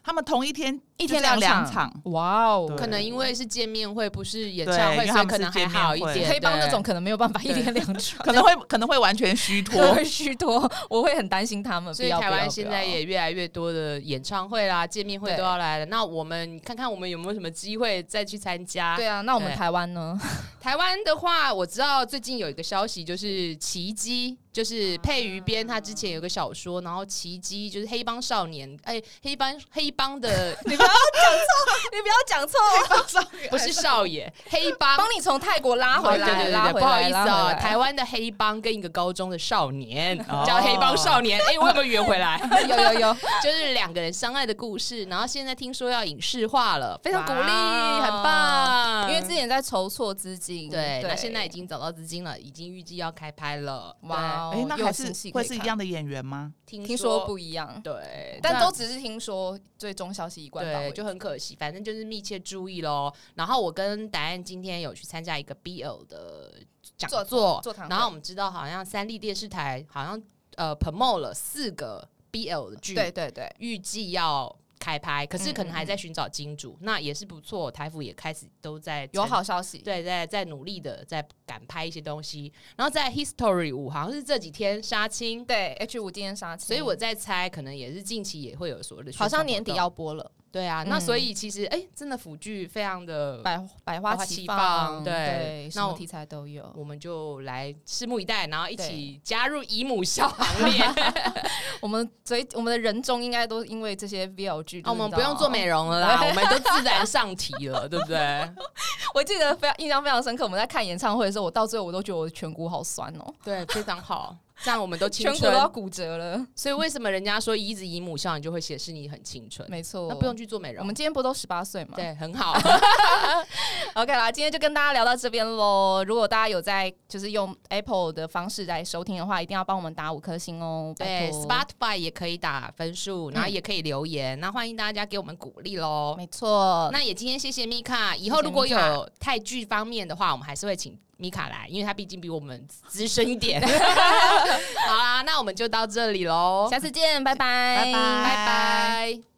C: 他们同一天
B: 一
C: 就是
B: 天
C: 要两
B: 两
C: 场，，
B: 哇哦
C: 对，
A: 可能因为是见面会，不是演
C: 对
A: 唱会，
C: 因为
A: 所
C: 他
A: 以
C: 们
A: 可能
C: 是
A: 还
C: 见面
A: 好一
C: 会
A: 点。
B: 黑帮
A: 对
B: 那种可能没有办法一天两场，
A: <laughs>
C: 可能会可能会完全虚脱。
B: 可能会虚脱，我会很担心他们。
A: 所以
B: 不要
A: 台
B: 不要
A: 湾
B: 不
A: 现
B: 要
A: 在也越来越多的演唱会啦、见面会
B: 对
A: 都要来了。那我们看看我们有没有什么机会再去参加？
B: 对啊，那我们
A: 对
B: 台
A: <laughs>
B: 湾呢？
A: 台湾的话，我知道最近有一个消息，就是奇迹，就是佩瑜编他之前有个小说，然后奇迹就是黑帮少年，哎，黑帮黑帮的
B: <laughs> 你不要讲错，你不要讲错，哦
A: 不是少爷，
B: <laughs>
A: 黑帮
B: 帮你从泰国拉回
A: 哦对对
B: 来，
A: 对
B: 拉
A: 对
B: 回
A: 不
B: 来，
A: 好意思
B: 拉
A: 啊，
B: 回来
A: 台湾的黑帮跟一个高中的少年
C: 哦
A: 叫黑帮少年，哎、我有没有圆回来？
B: <laughs> 有
A: <laughs>
B: 有有，
A: 就是两个人相爱的故事，然后现在听说要影视化了，非常鼓励，
B: 哇
A: 很棒。
B: 因为之前在筹措资金，
A: 嗯对，那现在已经找到资金了，已经预计要开拍了。
B: 哇
A: 对，
B: 哦
C: 哎，那
B: 又
C: 还
B: 有
C: 是
B: 新戏可
C: 会
B: 以
C: 是一
B: 看
C: 样的演员吗？
A: 听
B: 听说不一样，
A: 对，
B: 但
A: 那
B: 都只是听说，最终消息一贯到
A: 对，
B: 位
A: 就很可惜。反正就是密切注意喽。然后我跟答案今天有去参加一个 BL 的讲
B: 座
A: 座，
B: 座谈会
A: 然后我们知道好像三立电视台好像呃 promote 了四个 BL 的剧，
B: 对对对，
A: 预计要开拍，可是
B: 嗯
A: 可能还
B: 嗯
A: 在寻找金主，那也是不错。台府也开始都在
B: 有
A: 成
B: 好消息，
A: 对，在在努力的在赶拍一些东西。然后在 History 五好像是这几天杀青，
B: 对 H 五今天杀青，
A: 所以我在猜，可能也是近期也会有所谓的宣传
B: 好
A: 活动。
B: 像年底要播了，
A: 对啊，那
B: 嗯
A: 所以其实哎、真的腐剧非常的，
B: 百百
A: 呃百
B: 花
A: 花
B: 齐
A: 齐
B: 放，
A: 放对
B: 什
A: 那我
B: 么题材都有。
A: 我们就来拭目以待，然后一起加入姨母笑行 <laughs> 列。
B: 我们所以我们的人中应该都因为这些 VL 剧，
A: 啊我们不用做
B: 哦
A: 美。容了啦， <laughs> 我们都自然上题了，对不对？
B: 我记得非常印象非常深刻，我们在看演唱会的时候，我到最后我都觉得我的颧骨好酸哦，
A: <laughs> 对，非常好。这样我们都青
B: 颧骨都要
A: 春，
B: 骨折了。
A: 所以为什么人家说一直姨母笑，你就会显示你很青春？
B: 没错，
A: 那不用。去做美
B: 我
A: 容
B: <laughs> 们，今天不都十八岁吗？
A: 对，很好。
B: OK 啦，今天就跟大家聊到这边喽。如果大家有在就是用 Apple 的方式来收听的话，一定要帮我们打五颗星哦。拜
A: 对
B: 托
A: ，Spotify 也可以打分数，然后
B: 嗯
A: 也可以留言，那欢迎大家给我们鼓励喽。
B: 没错。
A: 那也今天谢谢米卡，以后如果有泰剧方面的话，我们还是会请米卡来，因为她毕竟比我们资深一
B: <laughs>
A: 点。好啦，那我们就到这里喽，
B: 下次见，拜拜，
C: 拜拜
A: 拜拜。